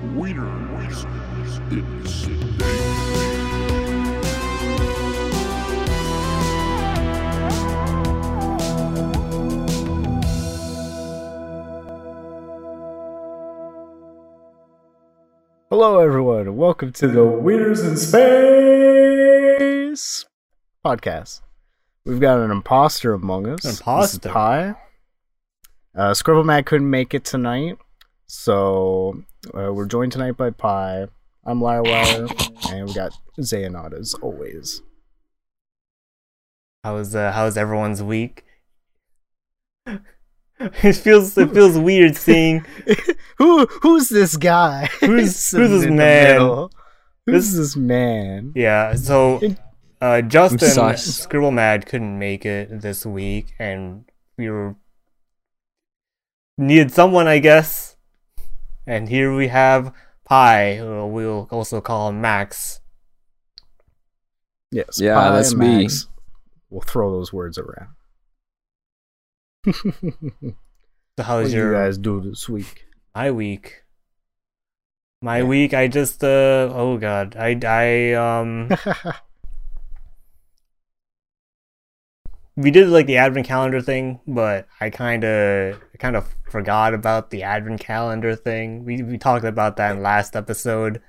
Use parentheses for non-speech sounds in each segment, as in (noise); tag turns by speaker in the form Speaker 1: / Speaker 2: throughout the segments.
Speaker 1: Wieners is dangerous.
Speaker 2: Hello, everyone. and Welcome to the Winners in Space podcast. We've got an imposter among us.
Speaker 3: An
Speaker 2: This is
Speaker 3: imposter?
Speaker 2: Pi. Uh, Scribble Mac couldn't make it tonight, so uh, we're joined tonight by Pi. I'm Lyrewire, and we got Xehanot as always. (laughs)
Speaker 3: How is uh, how is everyone's week? (laughs) it feels it feels weird seeing
Speaker 2: Who who's this guy? (laughs)
Speaker 3: Who's-
Speaker 2: Sitting
Speaker 3: who's this
Speaker 2: in the
Speaker 3: man?
Speaker 2: middle. Who's
Speaker 3: This-
Speaker 2: this man?
Speaker 3: yeah. So
Speaker 2: It-
Speaker 3: uh, Justin
Speaker 4: sus.
Speaker 3: Scribble Mad couldn't make it this week, and we were needed someone, I guess. And here we have Pi, or we'll also call him Max.
Speaker 2: Yes.
Speaker 4: Yeah,
Speaker 2: Pi
Speaker 4: that's
Speaker 2: and
Speaker 4: me.
Speaker 2: Max. We'll throw those words around.
Speaker 3: So how
Speaker 2: what
Speaker 3: is
Speaker 2: did you
Speaker 3: your
Speaker 2: guys do this week?
Speaker 3: my week? My week, I just uh oh god, I I um. we did like the advent calendar thing, but I kind of kind of forgot about the advent calendar thing. We we talked about that in last episode.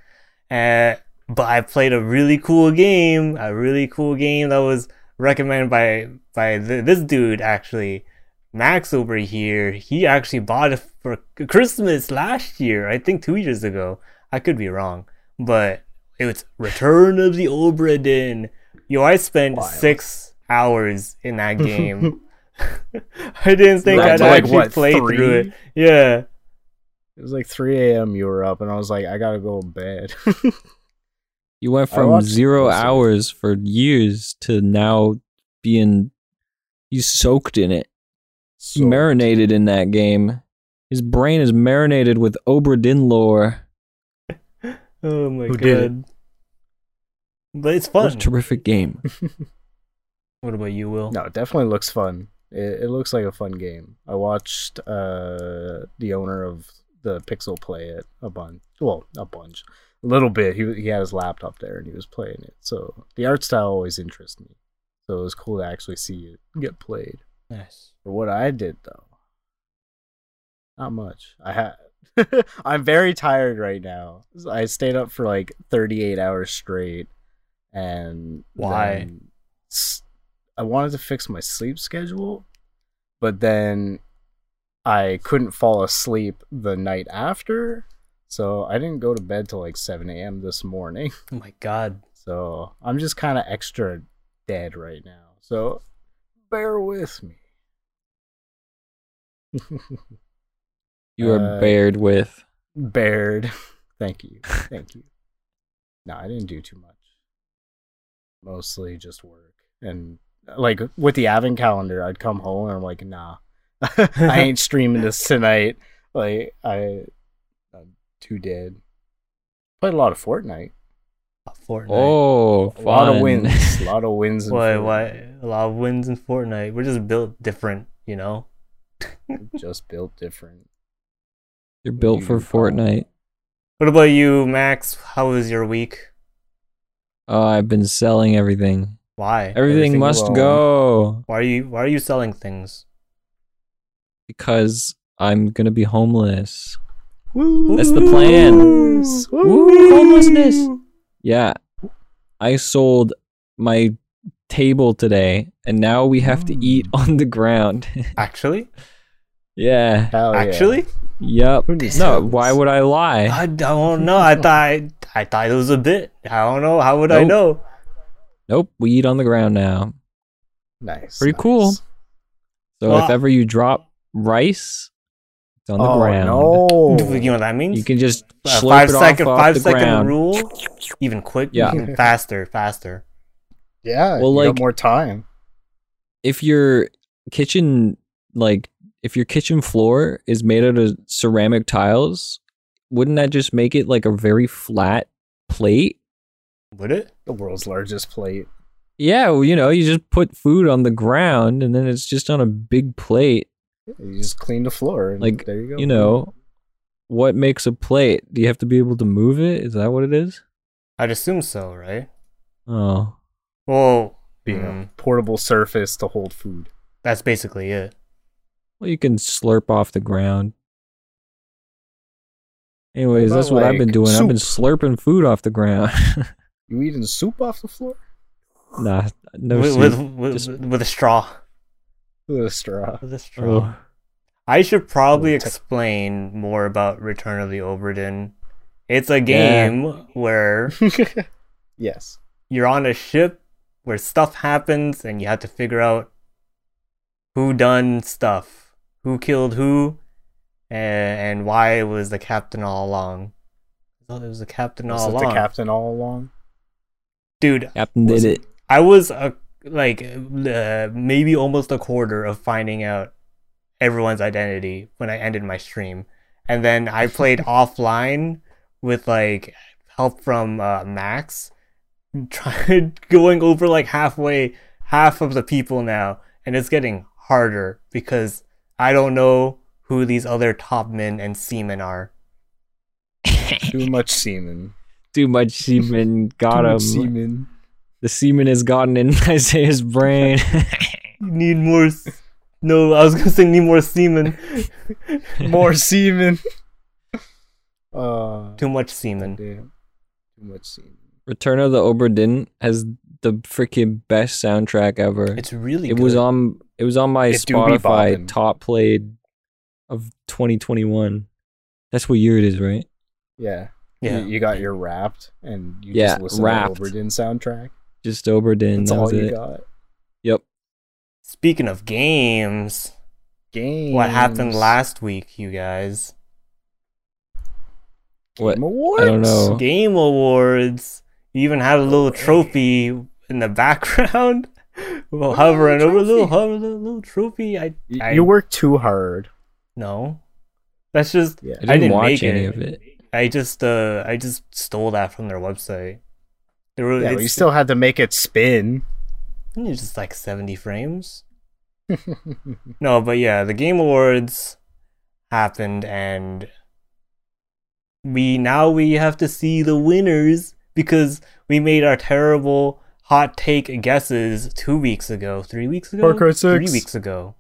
Speaker 3: Uh, but I played a really cool game, a really cool game that was recommended by by th- this dude actually, Max over here. He actually bought it for Christmas last year, I think 2 years ago. I could be wrong, but it was Return of the Obra Dinn. Yo, I spent
Speaker 2: Wild.
Speaker 3: six hours
Speaker 2: (laughs)
Speaker 3: in that (laughs) game. (laughs) I didn't think
Speaker 2: Right
Speaker 3: I'd
Speaker 2: to, like,
Speaker 3: actually
Speaker 4: what,
Speaker 3: play through
Speaker 4: three?
Speaker 3: it. Yeah,
Speaker 2: It was like 3 a.m. You were up, and I was like, I gotta go to bed. (laughs)
Speaker 4: You went
Speaker 2: I
Speaker 4: from
Speaker 2: watched
Speaker 4: zero
Speaker 2: most of it.
Speaker 4: hours for years to now being he's soaked in it. He
Speaker 2: So-
Speaker 4: marinated in that game. His brain is marinated with Obra Dinn lore.
Speaker 3: Oh my
Speaker 2: Who
Speaker 3: god.
Speaker 2: did it?
Speaker 3: But it's
Speaker 4: What
Speaker 3: fun.
Speaker 4: a
Speaker 2: (laughs)
Speaker 4: terrific game.
Speaker 3: what about you, Will?
Speaker 2: No, it definitely looks fun. It, it looks like a fun game. I watched uh, the owner of the Pixel play it a bunch. Well, a bunch, a little bit. He he had his laptop there and he was playing it. So the art style always interests me. So it was cool to actually see it get played.
Speaker 3: Nice.
Speaker 2: For what I did though, not much. I had. (laughs) I'm very tired right now. I stayed up for like 38 hours straight, and
Speaker 3: Why?
Speaker 2: then s- I wanted to fix my sleep schedule, but then I couldn't fall asleep the night after, so I didn't go to bed till like 7 a.m. this morning.
Speaker 3: Oh my god.
Speaker 2: So I'm just kind of extra dead right now. So bear with me. (laughs)
Speaker 4: You are
Speaker 2: Uh,
Speaker 4: bared with.
Speaker 2: Bared. Thank you. Thank you. No, I didn't do too much. Mostly just work. And like with the Advent calendar, I'd come home and I'm like, nah, I
Speaker 3: (laughs)
Speaker 2: ain't streaming this tonight. Like, I, I'm too dead. Played a lot of Fortnite.
Speaker 3: Fortnite.
Speaker 4: Oh,
Speaker 2: A lot of
Speaker 4: fun.
Speaker 2: wins.
Speaker 3: (laughs)
Speaker 2: A lot of wins. in
Speaker 3: Why,
Speaker 2: Fortnite.
Speaker 3: why, a lot of wins in Fortnite. We're just built different, you know?
Speaker 2: Just built different.
Speaker 4: (laughs) You're built for Fortnite.
Speaker 3: What about you, Max? How was your week?
Speaker 4: Oh, I've been selling everything.
Speaker 3: Why?
Speaker 4: Everything
Speaker 2: Everything
Speaker 4: must
Speaker 2: alone.
Speaker 4: go
Speaker 3: Why are you why are you selling things?
Speaker 4: because I'm going to be homeless.
Speaker 2: Woo!
Speaker 4: That's the plan. Woo, homelessness. Yeah. I sold my table today and now we have to eat
Speaker 3: Mm.
Speaker 4: on the ground. (laughs)
Speaker 3: Actually?
Speaker 4: Oh, yeah. Eh.
Speaker 2: Hell yeah.
Speaker 3: Actually?
Speaker 4: Yep.
Speaker 2: Who needs
Speaker 4: No,
Speaker 2: towels?
Speaker 4: why would I lie?
Speaker 3: I don't know. I thought I, thought it was a bit. I don't know. How would I
Speaker 4: Nope.
Speaker 3: know?
Speaker 4: Nope, we eat on the ground now.
Speaker 2: nice.
Speaker 4: Pretty
Speaker 2: nice.
Speaker 4: cool. So
Speaker 3: Well,
Speaker 4: if ever you drop rice, it's on the
Speaker 2: oh, (laughs)
Speaker 4: ground.
Speaker 2: No.
Speaker 3: You know what that means?
Speaker 4: You can just
Speaker 3: A
Speaker 4: slurp
Speaker 3: five
Speaker 4: it
Speaker 3: second
Speaker 4: off, off
Speaker 3: five
Speaker 4: the
Speaker 3: second
Speaker 4: ground.
Speaker 3: rule even quick
Speaker 4: Yeah. (laughs)
Speaker 3: even faster faster
Speaker 2: Yeah.
Speaker 4: Well,
Speaker 2: you got
Speaker 4: like-
Speaker 2: more time.
Speaker 4: If your kitchen like if your kitchen floor is made out of ceramic tiles, wouldn't that just make it like a very flat plate?
Speaker 3: would it
Speaker 2: The world's largest plate.
Speaker 4: Yeah, well, you know, you just put food on the ground and then it's just on a big plate.
Speaker 2: You just clean the floor. And
Speaker 4: Like,
Speaker 2: there you go.
Speaker 4: you know, what makes a plate? Do you have to be able to move it? Is that what it is?
Speaker 3: I'd assume so, right?
Speaker 4: Oh,
Speaker 3: Well,
Speaker 2: Being
Speaker 3: mm,
Speaker 2: a portable surface to hold food.
Speaker 3: that's basically it.
Speaker 4: well, you can slurp off the ground. Anyways,
Speaker 2: about,
Speaker 4: that's what I've been
Speaker 2: like,
Speaker 4: doing. I've been
Speaker 2: soup?
Speaker 4: slurping food off the ground. (laughs)
Speaker 2: You eating soup off the floor
Speaker 4: nah, no
Speaker 3: with,
Speaker 4: soup.
Speaker 3: with, with,
Speaker 4: Just-
Speaker 3: with a straw.
Speaker 2: with a straw?
Speaker 3: With a straw.
Speaker 4: Oh.
Speaker 3: I should probably
Speaker 2: Little tech-
Speaker 3: explain more about Return of the Oberdin. It's a
Speaker 4: Yeah.
Speaker 3: game where (laughs)
Speaker 2: yes.
Speaker 3: you're on a ship where stuff happens and you have to figure out who done stuff, who killed who, and, and why it was the captain all along. I thought it was the captain
Speaker 2: Was
Speaker 3: all
Speaker 2: it
Speaker 3: along.
Speaker 2: the captain all along?
Speaker 3: Dude,
Speaker 4: Captain did
Speaker 2: Was
Speaker 4: it.
Speaker 3: I was a, like uh, maybe almost a quarter of finding out everyone's identity when I ended my stream, and then I played offline with like help from uh, Max, tried (laughs) going over like halfway half of the people now, and it's getting harder because I don't know who these other top men and seamen are.
Speaker 2: Too much semen.
Speaker 4: Too much (laughs) semen got
Speaker 2: Too
Speaker 4: him.
Speaker 2: much
Speaker 4: (laughs)
Speaker 2: semen.
Speaker 4: The semen has gotten in (laughs) Isaiah's (laughs) brain.
Speaker 3: Need more. s- No, I was gonna say need more seamen.
Speaker 2: More semen. (laughs) Uh,
Speaker 3: Too much semen.
Speaker 2: damn. Too much semen.
Speaker 4: Return of the Oberdin has the freaking best soundtrack ever.
Speaker 3: It's really.
Speaker 4: it was
Speaker 3: good.
Speaker 4: on it was on my
Speaker 2: It do be
Speaker 4: Spotify
Speaker 2: bopping.
Speaker 4: top played of 2021. That's what year it is, right?
Speaker 2: Yeah.
Speaker 3: Yeah.
Speaker 2: You, you got your wrapped and you
Speaker 4: Yeah,
Speaker 2: just listen
Speaker 4: Wrapped.
Speaker 2: to the Oberdin soundtrack.
Speaker 4: Just Oberdin.
Speaker 2: That's
Speaker 4: that
Speaker 2: all
Speaker 4: was
Speaker 2: you
Speaker 4: it.
Speaker 2: got.
Speaker 4: Yep.
Speaker 3: Speaking of games,
Speaker 2: Game.
Speaker 3: what happened last week, you guys?
Speaker 4: What?
Speaker 2: Game Awards?
Speaker 4: I don't know.
Speaker 3: Game Awards. You even had a little trophy in the (laughs) background. well,
Speaker 2: Look at
Speaker 3: hovering
Speaker 2: the
Speaker 3: over a little,
Speaker 2: trophy.
Speaker 3: hover, little, little trophy. I
Speaker 2: You,
Speaker 3: I-
Speaker 2: you work too hard.
Speaker 3: no. That's just.
Speaker 2: Yeah.
Speaker 4: I didn't,
Speaker 3: didn't
Speaker 4: watch
Speaker 3: make
Speaker 4: any
Speaker 3: it.
Speaker 4: of it.
Speaker 3: I just. Uh. I just stole that from their website. There were.
Speaker 2: Yeah, but
Speaker 3: it's,
Speaker 2: you still had to make it spin. (laughs)
Speaker 3: it's just like seventy frames.
Speaker 2: yeah,
Speaker 3: No, but yeah, the Game Awards happened and we now we have to see the winners because we made our terrible hot take guesses 2 weeks ago, 3 weeks ago,
Speaker 2: Far Cry
Speaker 3: 3
Speaker 2: six.
Speaker 3: weeks ago.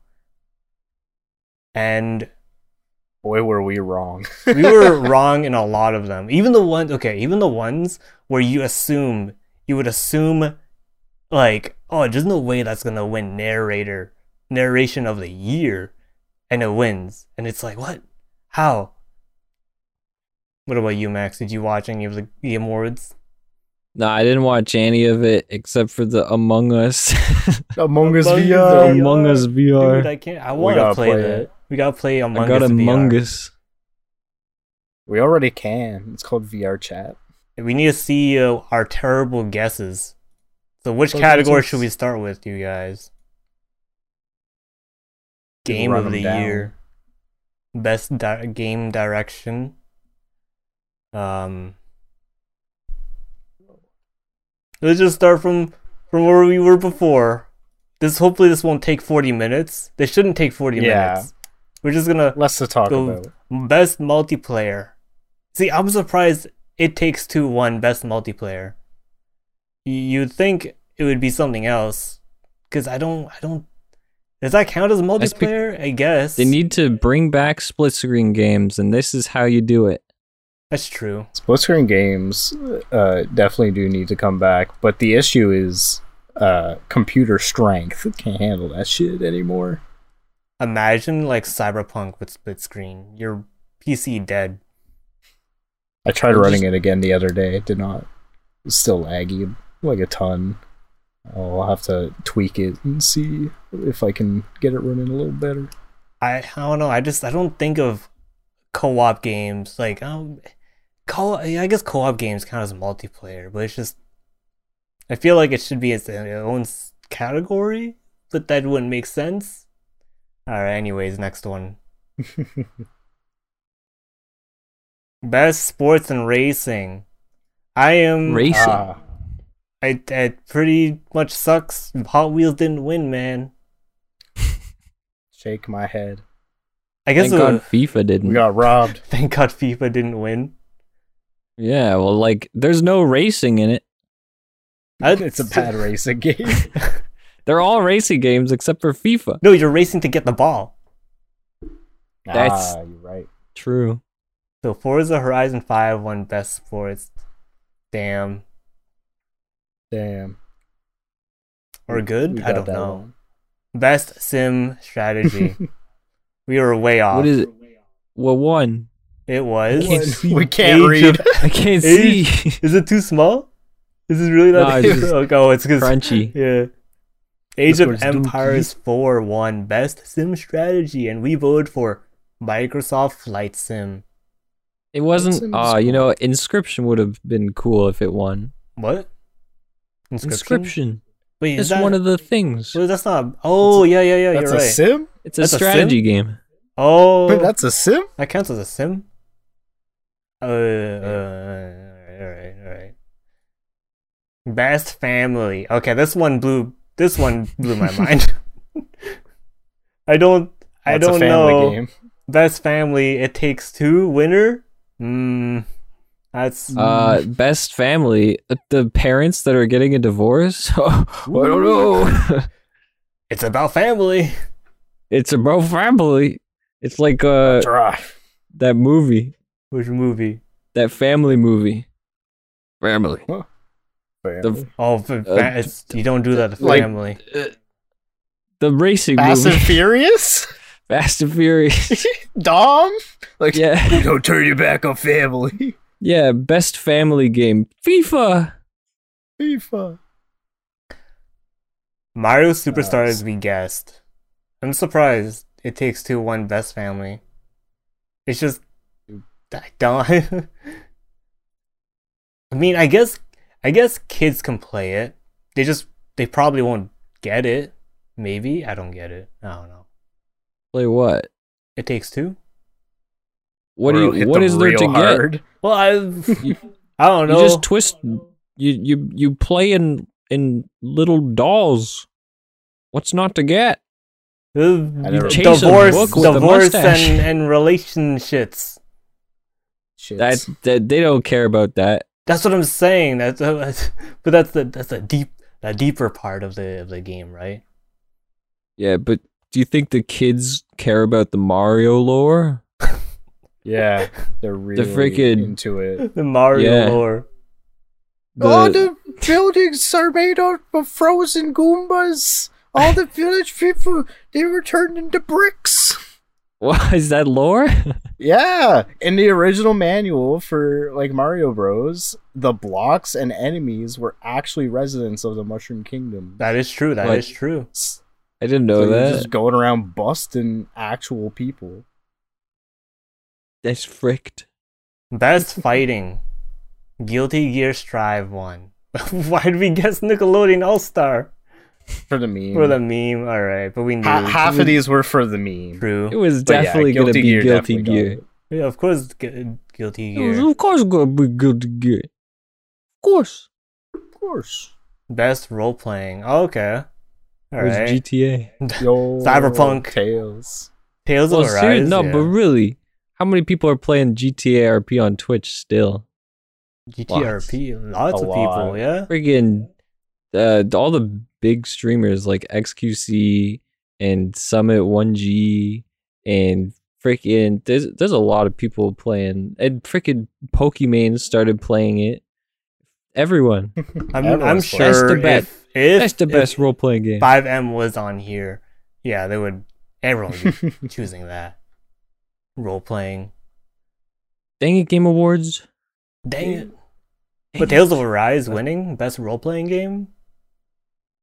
Speaker 3: And
Speaker 2: boy, were we wrong.
Speaker 3: we were wrong in a lot of them. Even the ones, okay, even the ones where you assume you would assume, like, oh, there's no way that's gonna win narrator narration of the year, and it wins, and it's like, what? How? What about you, Max? Did you watch any of the Game Awards?
Speaker 4: No, I didn't watch any of it except for the Among Us.
Speaker 2: (laughs)
Speaker 4: (laughs)
Speaker 2: Among Us
Speaker 3: Among Us
Speaker 2: VR.
Speaker 4: Among Us
Speaker 3: Dude,
Speaker 4: VR.
Speaker 3: I can't. I
Speaker 2: We
Speaker 3: want to
Speaker 2: gotta
Speaker 3: play,
Speaker 2: play
Speaker 3: that.
Speaker 2: it.
Speaker 3: We gotta play
Speaker 4: I,
Speaker 3: Among
Speaker 4: got
Speaker 3: Us.
Speaker 4: Among
Speaker 3: VR.
Speaker 4: Us.
Speaker 2: We already can. It's called VR chat.
Speaker 3: We need to see uh, our terrible guesses. So, which
Speaker 2: Those
Speaker 3: category
Speaker 2: answers-
Speaker 3: should we start with, you guys?
Speaker 2: Just
Speaker 3: Game
Speaker 2: run
Speaker 3: of
Speaker 2: 'em
Speaker 3: the
Speaker 2: down.
Speaker 3: year, best di- game direction. Um, let's just start from from where we were before. This hopefully this won't take forty minutes. This shouldn't take forty
Speaker 2: Yeah.
Speaker 3: minutes. We're just gonna
Speaker 2: Less to talk
Speaker 3: Go-
Speaker 2: about.
Speaker 3: best multiplayer. See, I'm surprised it takes two one best multiplayer. Y- You'd think it would be something else, because I don't, I don't. Does that count as
Speaker 4: That's bec-
Speaker 3: multiplayer? I guess
Speaker 4: They need to bring back split screen games, and this is how you do it.
Speaker 3: That's true.
Speaker 2: Split screen games uh, definitely do need to come back, but the issue is uh, computer strength can't handle that shit anymore.
Speaker 3: Imagine like Cyberpunk with split screen. Your PC dead.
Speaker 2: I tried
Speaker 4: It
Speaker 2: running it
Speaker 4: just-
Speaker 2: again the other day. It did not. It's still laggy, like a ton. Oh, I'll have to tweak it and see if I can get it running a little better.
Speaker 3: I, I don't know. I just I don't think of co-op games like um, co. I guess co-op games count as multiplayer, but it's just I feel like it should be its uh, own s- category, but that wouldn't make sense. All right. Anyways, next
Speaker 4: (laughs)
Speaker 3: one. Best sports and racing. I am.
Speaker 4: Racing.
Speaker 2: Ah,
Speaker 3: I. It pretty much sucks. Hot Wheels didn't win, man.
Speaker 2: shake my head.
Speaker 3: I guess
Speaker 4: Thank
Speaker 3: the
Speaker 4: God FIFA
Speaker 2: We
Speaker 3: Mm.
Speaker 4: didn't.
Speaker 2: got robbed.
Speaker 3: (laughs) thank God FIFA didn't win.
Speaker 4: yeah, well, like there's no racing in it.
Speaker 3: I'd-
Speaker 2: It's
Speaker 4: (laughs)
Speaker 2: a bad racing
Speaker 3: (laughs)
Speaker 2: game.
Speaker 4: They're all racing games except for FIFA.
Speaker 3: No, you're racing to get the ball.
Speaker 4: That's-
Speaker 2: ah, you're right.
Speaker 4: True.
Speaker 3: So Forza Horizon 5 won best sports. Damn.
Speaker 2: Damn.
Speaker 3: Or good?
Speaker 2: We
Speaker 3: I
Speaker 2: got
Speaker 3: don't
Speaker 2: that
Speaker 3: know.
Speaker 2: wrong.
Speaker 3: Best sim
Speaker 4: (laughs)
Speaker 3: strategy.
Speaker 2: (laughs)
Speaker 3: we were way off.
Speaker 4: What is it? What one? (laughs)
Speaker 3: It was. (laughs)
Speaker 4: Can't see.
Speaker 2: We can't
Speaker 3: Age of-
Speaker 2: read.
Speaker 4: I (laughs) can't see.
Speaker 3: Age- (laughs) Is it too small? Is it really
Speaker 4: No,
Speaker 3: that
Speaker 4: it's
Speaker 3: (laughs)
Speaker 4: just
Speaker 3: big? oh, it's 'cause- (laughs)
Speaker 4: Crunchy.
Speaker 3: Yeah. Age
Speaker 2: This
Speaker 3: of
Speaker 2: one's dookie.
Speaker 3: Empires 4 won best sim strategy, and we voted for Microsoft Flight Sim.
Speaker 4: It
Speaker 2: It's in
Speaker 4: wasn't. Ah, you
Speaker 2: school.
Speaker 4: know, inscription would have been cool if it won.
Speaker 3: What?
Speaker 4: Inscription.
Speaker 3: Wait,
Speaker 4: It's
Speaker 3: is that,
Speaker 4: one of the things.
Speaker 3: Well, that's not. Oh, yeah, yeah, yeah.
Speaker 2: That's
Speaker 3: you're
Speaker 2: a
Speaker 3: right.
Speaker 2: sim.
Speaker 4: It's a
Speaker 3: that's a
Speaker 4: strategy game.
Speaker 3: Oh,
Speaker 2: But that's a sim.
Speaker 3: that counts as a sim. Uh, uh, all right, all right. Best family. Okay, this one blew. This one
Speaker 2: (laughs)
Speaker 3: blew my mind. I don't. I
Speaker 2: That's
Speaker 3: don't
Speaker 2: a family
Speaker 3: know.
Speaker 2: Game.
Speaker 3: Best family. It takes two. Winner. Hmm. That's.
Speaker 4: Uh, best family. The parents that are getting a divorce. (laughs) Oh, I don't know.
Speaker 3: it's about family.
Speaker 4: (laughs) it's about family. It's like uh
Speaker 2: Draw.
Speaker 4: that movie,
Speaker 3: Which movie?
Speaker 4: that family movie. Family.
Speaker 2: Family.
Speaker 3: Oh, fa-
Speaker 4: Uh,
Speaker 3: fa- it's, you don't do that to
Speaker 2: like-
Speaker 3: family.
Speaker 4: The racing
Speaker 2: Fast and
Speaker 4: movie.
Speaker 2: Furious.
Speaker 4: (laughs)
Speaker 2: (laughs)
Speaker 4: Fast and Furious.
Speaker 2: Dom. Like
Speaker 4: yeah.
Speaker 2: don't turn your back on
Speaker 3: (laughs)
Speaker 2: family.
Speaker 4: Yeah, best family game. FIFA.
Speaker 2: FIFA.
Speaker 3: Mario Superstars, we guessed. I'm surprised it takes two one best family. It's just I don't. (laughs) I mean, I guess I guess kids can play it. They just they probably won't get it. Maybe I don't get it. I don't know.
Speaker 4: Play what?
Speaker 3: It takes two.
Speaker 4: What do you what is there to
Speaker 3: Well, I
Speaker 4: You-
Speaker 3: I don't
Speaker 4: get?
Speaker 3: know.
Speaker 4: You just twist you you you play in in little dolls. What's not to get?
Speaker 2: I
Speaker 3: Uh,
Speaker 2: never-
Speaker 4: Chase a
Speaker 3: divorce,
Speaker 4: book with a
Speaker 3: divorce,
Speaker 4: mustache.
Speaker 3: and and relationships.
Speaker 2: Shit.
Speaker 4: That, that they don't care about that.
Speaker 3: That's what I'm saying. That's (laughs) but that's the that's the deep the deeper part of the of the game, right?
Speaker 4: Yeah, but do you think the kids care about the Mario lore? (laughs)
Speaker 2: yeah, they're really
Speaker 4: freaking-
Speaker 2: into it.
Speaker 3: The Mario
Speaker 4: Yeah.
Speaker 3: lore.
Speaker 4: The- (laughs)
Speaker 2: buildings are made out of frozen Goombas. All the village people they were turned into bricks.
Speaker 4: What is that lore?
Speaker 2: Yeah, in the original manual for like Mario Bros, the blocks and enemies were actually residents of the Mushroom Kingdom.
Speaker 3: That is true. That is
Speaker 4: Like-
Speaker 3: true.
Speaker 2: So
Speaker 4: I didn't know
Speaker 2: you're
Speaker 4: that.
Speaker 2: just going around busting actual people.
Speaker 4: That's fricked.
Speaker 3: Best fighting. Guilty Gear Strive one. (laughs) Why did we guess Nickelodeon All Star
Speaker 2: For the meme.
Speaker 3: for the meme? All right, but we knew.
Speaker 2: Ha- half of these were for the meme.
Speaker 4: It
Speaker 3: True.
Speaker 4: was
Speaker 2: But yeah,
Speaker 4: definitely gonna
Speaker 2: Guilty
Speaker 4: be
Speaker 2: Gear
Speaker 4: Guilty
Speaker 2: definitely got
Speaker 4: Gear.
Speaker 2: it.
Speaker 3: Yeah, of course, Gu- Guilty
Speaker 4: It was,
Speaker 3: Gear.
Speaker 4: of course, gonna be Guilty Gear. Of course,
Speaker 2: Of course.
Speaker 3: Best role playing. Oh, okay. All
Speaker 4: it was
Speaker 3: right.
Speaker 4: GTA.
Speaker 2: Yo,
Speaker 3: Cyberpunk.
Speaker 2: Tails.
Speaker 3: Tales
Speaker 4: Well,
Speaker 3: of Arise.
Speaker 4: serious, no,
Speaker 3: yeah.
Speaker 4: but really, how many people are playing GTA RP on Twitch still?
Speaker 3: GTRP. Lots,
Speaker 2: A
Speaker 3: of
Speaker 2: lot.
Speaker 3: people. Yeah.
Speaker 4: Friggin' uh, all the big streamers like XQC and Summit 1G and freaking there's there's a lot of people playing and freaking Pokemon started playing it. Everyone.
Speaker 3: I'm, I'm
Speaker 2: Everyone's
Speaker 3: sure
Speaker 2: playing.
Speaker 4: That's the best-
Speaker 3: if, if
Speaker 4: That's the
Speaker 3: if
Speaker 4: best role playing game.
Speaker 3: 5M was on here, yeah, they would everyone would
Speaker 2: (laughs)
Speaker 3: be choosing that role playing.
Speaker 4: Dang it, Game Awards.
Speaker 3: Dang it!
Speaker 4: Dang
Speaker 3: But
Speaker 4: it.
Speaker 3: Tales of Arise winning best role playing game.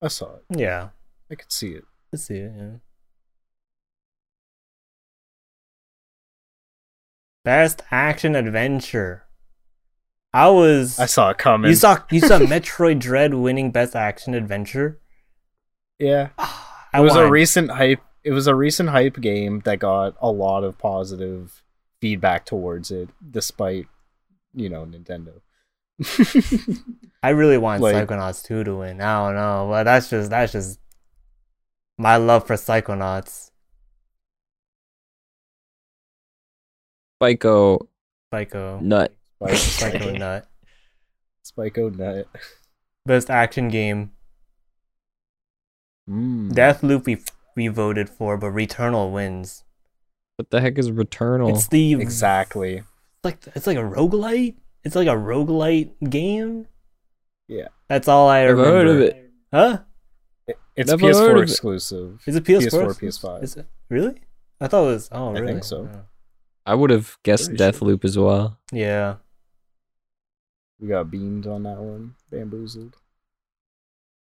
Speaker 2: I saw it.
Speaker 3: Yeah,
Speaker 2: I could see it.
Speaker 3: let's see. it, Yeah. Best action adventure. I was.
Speaker 2: I saw it coming.
Speaker 3: you saw
Speaker 2: (laughs)
Speaker 3: you saw Metroid Dread winning best action adventure.
Speaker 2: yeah.
Speaker 3: Ah,
Speaker 2: It
Speaker 3: I
Speaker 2: was a
Speaker 3: won.
Speaker 2: recent hype. It was a recent hype game that got a lot of positive feedback towards it, despite you know Nintendo. (laughs)
Speaker 3: I really want
Speaker 2: Like-
Speaker 3: Psychonauts 2 to win. I don't know, but that's just that's just my love for Psychonauts.
Speaker 4: Spyco
Speaker 3: Psycho.
Speaker 4: Nut.
Speaker 2: Spike,
Speaker 3: (laughs) Psycho
Speaker 2: Spyco,
Speaker 3: Nut.
Speaker 2: Spyco Nut.
Speaker 3: Best action game. Hmm.
Speaker 4: Mm.
Speaker 3: Deathloop we we voted for, but Returnal wins.
Speaker 4: What the heck is Returnal?
Speaker 3: It's the
Speaker 2: (laughs) Exactly.
Speaker 3: like it's like a roguelite. It's like a roguelite game.
Speaker 2: Yeah.
Speaker 3: That's all I
Speaker 4: Never
Speaker 3: remember.
Speaker 4: heard of it.
Speaker 3: Huh?
Speaker 2: It- It's
Speaker 4: Never heard
Speaker 2: PS4
Speaker 4: of it.
Speaker 2: exclusive.
Speaker 3: Is it
Speaker 2: PS4,
Speaker 3: PS4?
Speaker 2: PS5.
Speaker 3: Is it really? I thought it was. Oh,
Speaker 2: I
Speaker 3: really?
Speaker 2: think so.
Speaker 4: I would have guessed
Speaker 2: Pretty sure.
Speaker 4: Deathloop as well.
Speaker 3: Yeah.
Speaker 2: We got beamed on that one. Bamboozled.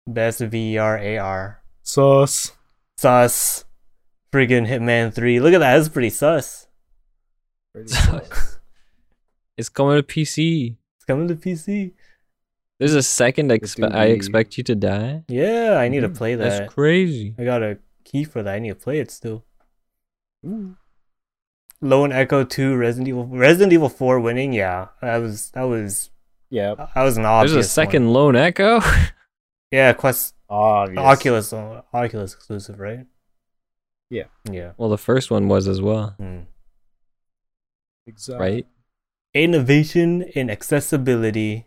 Speaker 3: Best VR AR.
Speaker 2: Sauce.
Speaker 3: Sus. Friggin' Hitman 3. Look at that. That's pretty sus. (laughs)
Speaker 4: It's coming to PC.
Speaker 3: It's coming to PC.
Speaker 4: There's a second
Speaker 2: It's
Speaker 4: expe- I
Speaker 2: DVD.
Speaker 4: expect you to die.
Speaker 3: Yeah, I need to play that.
Speaker 4: Mm-hmm. That's crazy.
Speaker 3: I got a key for that. I need to play it still. Lone Echo 2, Resident Evil, Resident Evil 4 winning. Yeah, that was that was
Speaker 2: Yep.
Speaker 3: that was an obvious.
Speaker 4: There's a
Speaker 3: one.
Speaker 4: second Lone Echo. (laughs)
Speaker 3: Yeah, Quest
Speaker 2: Obvious.
Speaker 3: Oculus uh, Oculus exclusive, right?
Speaker 2: Yeah.
Speaker 3: Yeah.
Speaker 4: well, the first one was as well,
Speaker 3: Hmm.
Speaker 2: Exactly.
Speaker 3: (laughs)
Speaker 4: right?
Speaker 3: Innovation in accessibility.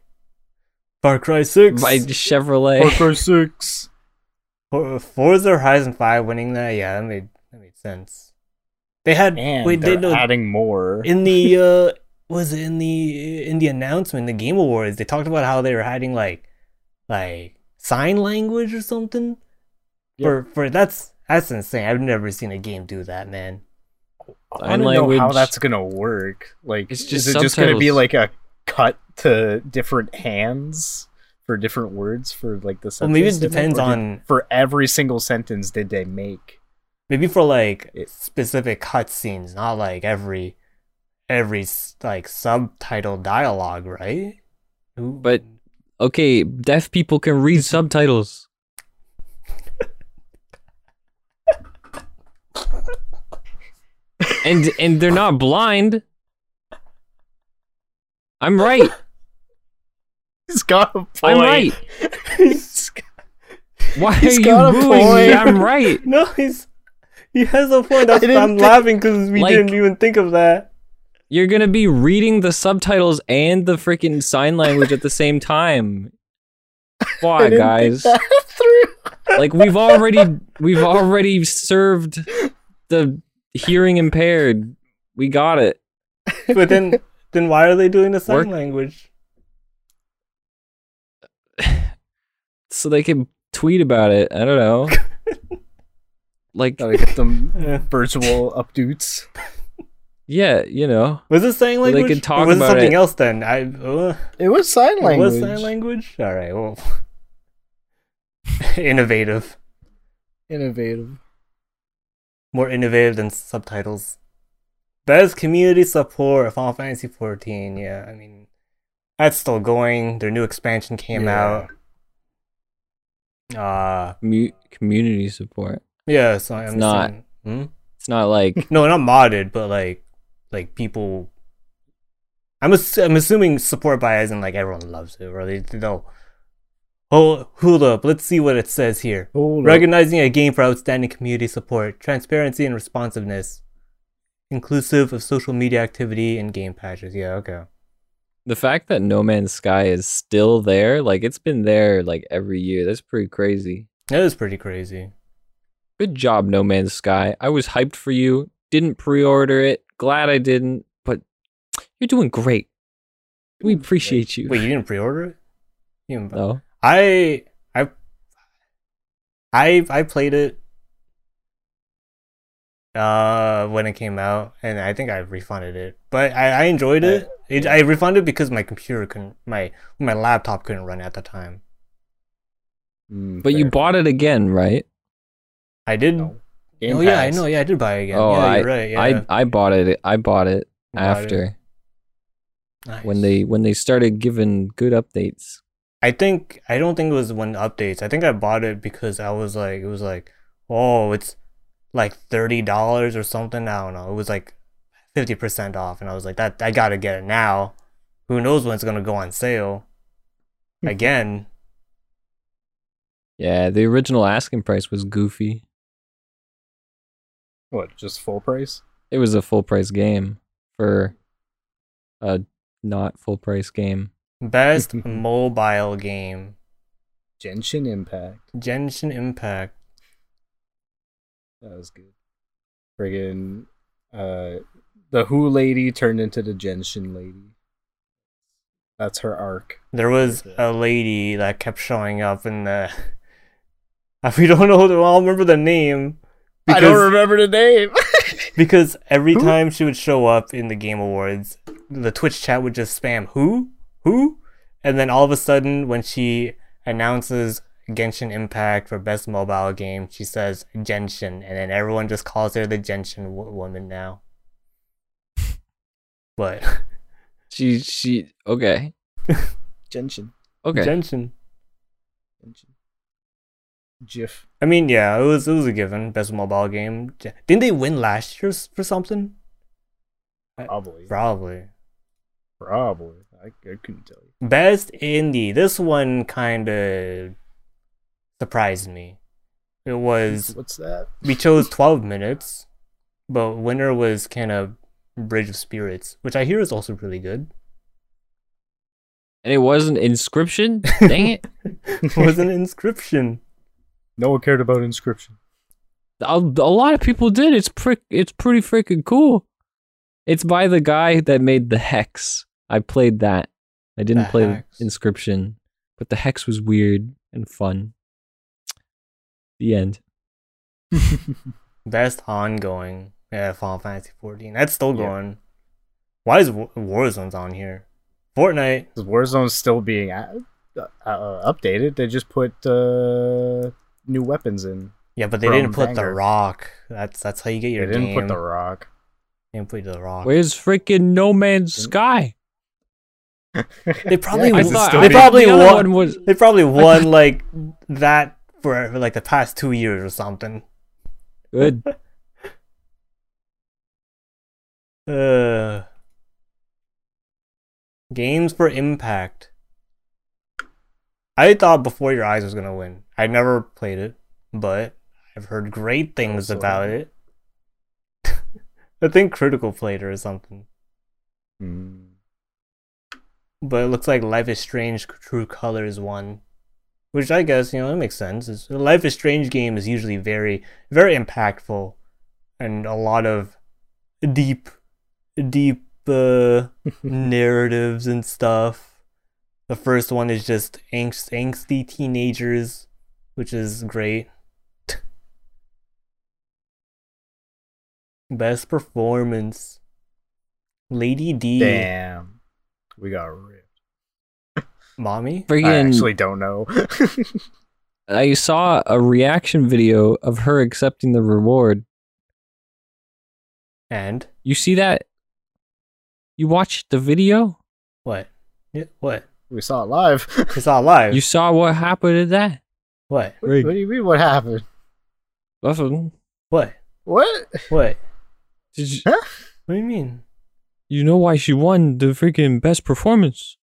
Speaker 3: Far Cry 6.
Speaker 4: By Chevrolet.
Speaker 2: 6.
Speaker 3: For, Forza Horizon 5 winning that, yeah, that made that made sense. They had
Speaker 2: And
Speaker 3: wait, they
Speaker 2: they're
Speaker 3: no
Speaker 2: adding more. (laughs)
Speaker 3: in the uh was it in the in the announcement, the Game Awards, they talked about how they were adding like like sign language or something.
Speaker 2: Yep.
Speaker 3: For for that's that's insane. I've never seen a game do that, man.
Speaker 2: I
Speaker 4: Sign
Speaker 2: don't know how
Speaker 4: language.
Speaker 2: that's gonna work. Like,
Speaker 4: It's
Speaker 2: is
Speaker 4: just
Speaker 2: it just gonna be
Speaker 4: subtitles.
Speaker 2: like a cut to different hands for different words for like the
Speaker 3: Well,
Speaker 2: sentence?
Speaker 3: maybe it
Speaker 2: they make?
Speaker 3: depends
Speaker 2: Or did-
Speaker 3: on
Speaker 2: for every single sentence did they make? (laughs)
Speaker 3: maybe for like
Speaker 2: It-
Speaker 3: specific cutscenes, not like every every s- like subtitle dialogue, right? Who-
Speaker 4: But- Okay, deaf people can read subtitles. and and they're not blind. I'm right.
Speaker 2: He's got a point.
Speaker 4: I'm right.
Speaker 2: He's got-
Speaker 4: Why
Speaker 2: He's
Speaker 4: are
Speaker 2: got a
Speaker 4: you booing me?
Speaker 2: point.
Speaker 4: I'm right.
Speaker 3: no, he's he has a point. That's
Speaker 2: I
Speaker 3: why
Speaker 2: didn't
Speaker 3: I'm
Speaker 2: think-
Speaker 3: laughing because we
Speaker 4: Like-
Speaker 3: didn't even think of that.
Speaker 4: You're gonna be reading the subtitles and the freaking sign language at the
Speaker 2: (laughs)
Speaker 4: same time.
Speaker 2: I
Speaker 4: Why,
Speaker 2: didn't think
Speaker 4: guys?
Speaker 2: that (laughs) through.
Speaker 4: Like we've already we've already served the hearing impaired. We got it.
Speaker 3: But
Speaker 4: (laughs)
Speaker 3: then then why are they doing the sign
Speaker 4: Work-
Speaker 3: language?
Speaker 4: so they can tweet about it. I don't know.
Speaker 2: (laughs)
Speaker 4: like,
Speaker 2: Gotta get them
Speaker 3: Yeah.
Speaker 2: virtual updates.
Speaker 4: yeah, you know,
Speaker 3: Was it sign
Speaker 4: Well, they
Speaker 3: language?
Speaker 4: could talk
Speaker 3: or was
Speaker 4: about
Speaker 3: it something
Speaker 4: it.
Speaker 3: else then? I uh,
Speaker 2: It was sign
Speaker 3: it
Speaker 2: language.
Speaker 3: was sign language. All right, well, (laughs) innovative,
Speaker 2: Innovative.
Speaker 3: more innovative than subtitles. Best community support Final Fantasy 14. Yeah, I mean, that's still going. Their new expansion came
Speaker 2: Yeah.
Speaker 3: out. Uh
Speaker 4: mu- community support.
Speaker 3: yeah. So I'm
Speaker 4: not.
Speaker 3: saying- Hmm?
Speaker 4: It's
Speaker 2: (laughs)
Speaker 4: not like
Speaker 3: No, not modded, but like, like people. I'm ass- I'm assuming support by as in like everyone loves it, or they they'll. Hold, hold up, let's see what it says here.
Speaker 2: Hold up.
Speaker 3: Recognizing a game for outstanding community support, transparency and responsiveness, inclusive of social media activity and game patches. Yeah, okay.
Speaker 4: the fact that No Man's Sky is still there. Like, it's been there like every year. That's pretty crazy.
Speaker 3: That is pretty crazy.
Speaker 4: Good job, No Man's Sky. I was hyped for you. Didn't pre-order it. Glad I didn't. But you're doing great. We appreciate you.
Speaker 3: Wait,
Speaker 4: (laughs)
Speaker 3: you didn't pre-order it?
Speaker 2: (laughs)
Speaker 3: You didn't-
Speaker 4: No,
Speaker 3: I I I I played it uh when it came out and I think I refunded it. But I, I enjoyed it. it I refunded because my computer couldn't my my laptop couldn't run at the time.
Speaker 2: Mm,
Speaker 4: but you
Speaker 2: fair.
Speaker 4: bought it again, right?
Speaker 3: I did
Speaker 2: No. Game
Speaker 3: Oh yeah, I
Speaker 2: Pass.
Speaker 3: know, yeah, I did buy it again.
Speaker 4: Oh,
Speaker 3: yeah, you're right. Yeah.
Speaker 4: I I bought it. I bought it
Speaker 3: Bought it.
Speaker 4: after.
Speaker 3: Nice.
Speaker 4: when they when they started giving good updates.
Speaker 3: I think I don't think it was when updates. I think I bought it because I was like it was like, oh, it's like thirty dollars or something. I don't know. It was like fifty percent off, and I was like, that I gotta get it now. Who knows when it's gonna go on sale
Speaker 2: Hmm.
Speaker 3: again?
Speaker 4: Yeah, the original asking price was goofy.
Speaker 2: What? Just full price?
Speaker 4: It was a full price game for a not full price game.
Speaker 3: Best
Speaker 2: Hmm.
Speaker 3: mobile game.
Speaker 2: Genshin Impact.
Speaker 3: Genshin Impact.
Speaker 2: That was good. Friggin' uh the Who lady turned into the Genshin lady. That's her arc.
Speaker 3: There was a lady that kept showing up in the. (laughs) We don't know. I don't remember the name.
Speaker 2: I don't remember the name. (laughs)
Speaker 3: Because every
Speaker 2: Who?
Speaker 3: time she would show up in the Game Awards, the Twitch chat would just spam who? Who? And then all of a sudden, when she announces Genshin Impact for Best Mobile Game, she says Genshin, and then everyone just calls her the Genshin w- woman now. But (laughs)
Speaker 4: She she okay.
Speaker 2: Genshin.
Speaker 4: Okay.
Speaker 3: Genshin.
Speaker 2: Genshin. GIF.
Speaker 3: I mean, yeah, it was it was a given. Best Mobile Game. Gen- Didn't they win last year s- for something?
Speaker 2: Probably.
Speaker 3: Probably.
Speaker 2: Probably. I, I couldn't tell you.
Speaker 3: Best indie. This one kind of surprised me. It was
Speaker 2: What's that?
Speaker 3: we chose 12 minutes, but winner was kind of Bridge of Spirits, which I hear is also really good.
Speaker 4: and it wasn't
Speaker 3: (laughs)
Speaker 4: inscription? Dang it.
Speaker 3: It
Speaker 2: (laughs)
Speaker 3: was an inscription.
Speaker 2: No one cared about inscription.
Speaker 4: A, a lot of people did. It's prick it's pretty freaking cool. It's by the guy that made the hex. I played that. I didn't
Speaker 3: The
Speaker 4: play
Speaker 3: Hex.
Speaker 4: inscription, but the hex was weird and fun. The end.
Speaker 3: Best ongoing. Yeah, Final Fantasy 14. That's still going. Why is Wa- Warzone's on here? Fortnite.
Speaker 2: Because Warzone's still being a- uh, uh, updated. They just put uh, new weapons in.
Speaker 3: Yeah, but they
Speaker 2: From
Speaker 3: didn't put the
Speaker 2: Vanguard.
Speaker 3: rock. That's that's how you get your
Speaker 2: they didn't
Speaker 3: game.
Speaker 2: put the rock.
Speaker 3: They didn't put the rock.
Speaker 4: Where's freaking No Man's Sky?
Speaker 2: (laughs)
Speaker 3: They probably
Speaker 4: I
Speaker 3: Is it
Speaker 4: thought
Speaker 3: still
Speaker 4: I
Speaker 3: being-
Speaker 4: thought
Speaker 3: Probably
Speaker 4: the other
Speaker 3: wa-
Speaker 4: one was
Speaker 3: They probably won like that for, for, like the past two years or something.
Speaker 4: good.
Speaker 3: Uh, games for impact. I thought Before Your Eyes was gonna win. I never played it, but I've heard great things
Speaker 2: Also-
Speaker 3: about it. (laughs) I think Critical played it or something.
Speaker 2: Mm.
Speaker 3: But it looks like Life is Strange True Colors won. Which I guess, you know, that makes sense. It's, a Life is Strange game is usually very, very impactful and a lot of deep, deep uh, narratives and stuff. The first one is just angst, angsty teenagers, which is great. Best performance. Lady D.
Speaker 2: Damn. We got ripped.
Speaker 3: Mommy?
Speaker 2: I
Speaker 4: Freaking
Speaker 2: actually don't know. (laughs)
Speaker 4: I saw a reaction video of her accepting the reward.
Speaker 3: And
Speaker 4: You see that? You watched the video?
Speaker 3: what? Yeah, what?
Speaker 2: we saw it live.
Speaker 3: It's all live.
Speaker 4: You saw what happened to that?
Speaker 3: What?
Speaker 2: What, what do you mean? What happened?
Speaker 4: That's what-
Speaker 3: What?
Speaker 2: What?
Speaker 3: What?
Speaker 4: Did you,
Speaker 3: What do you mean?
Speaker 4: you know why she won the freaking best performance?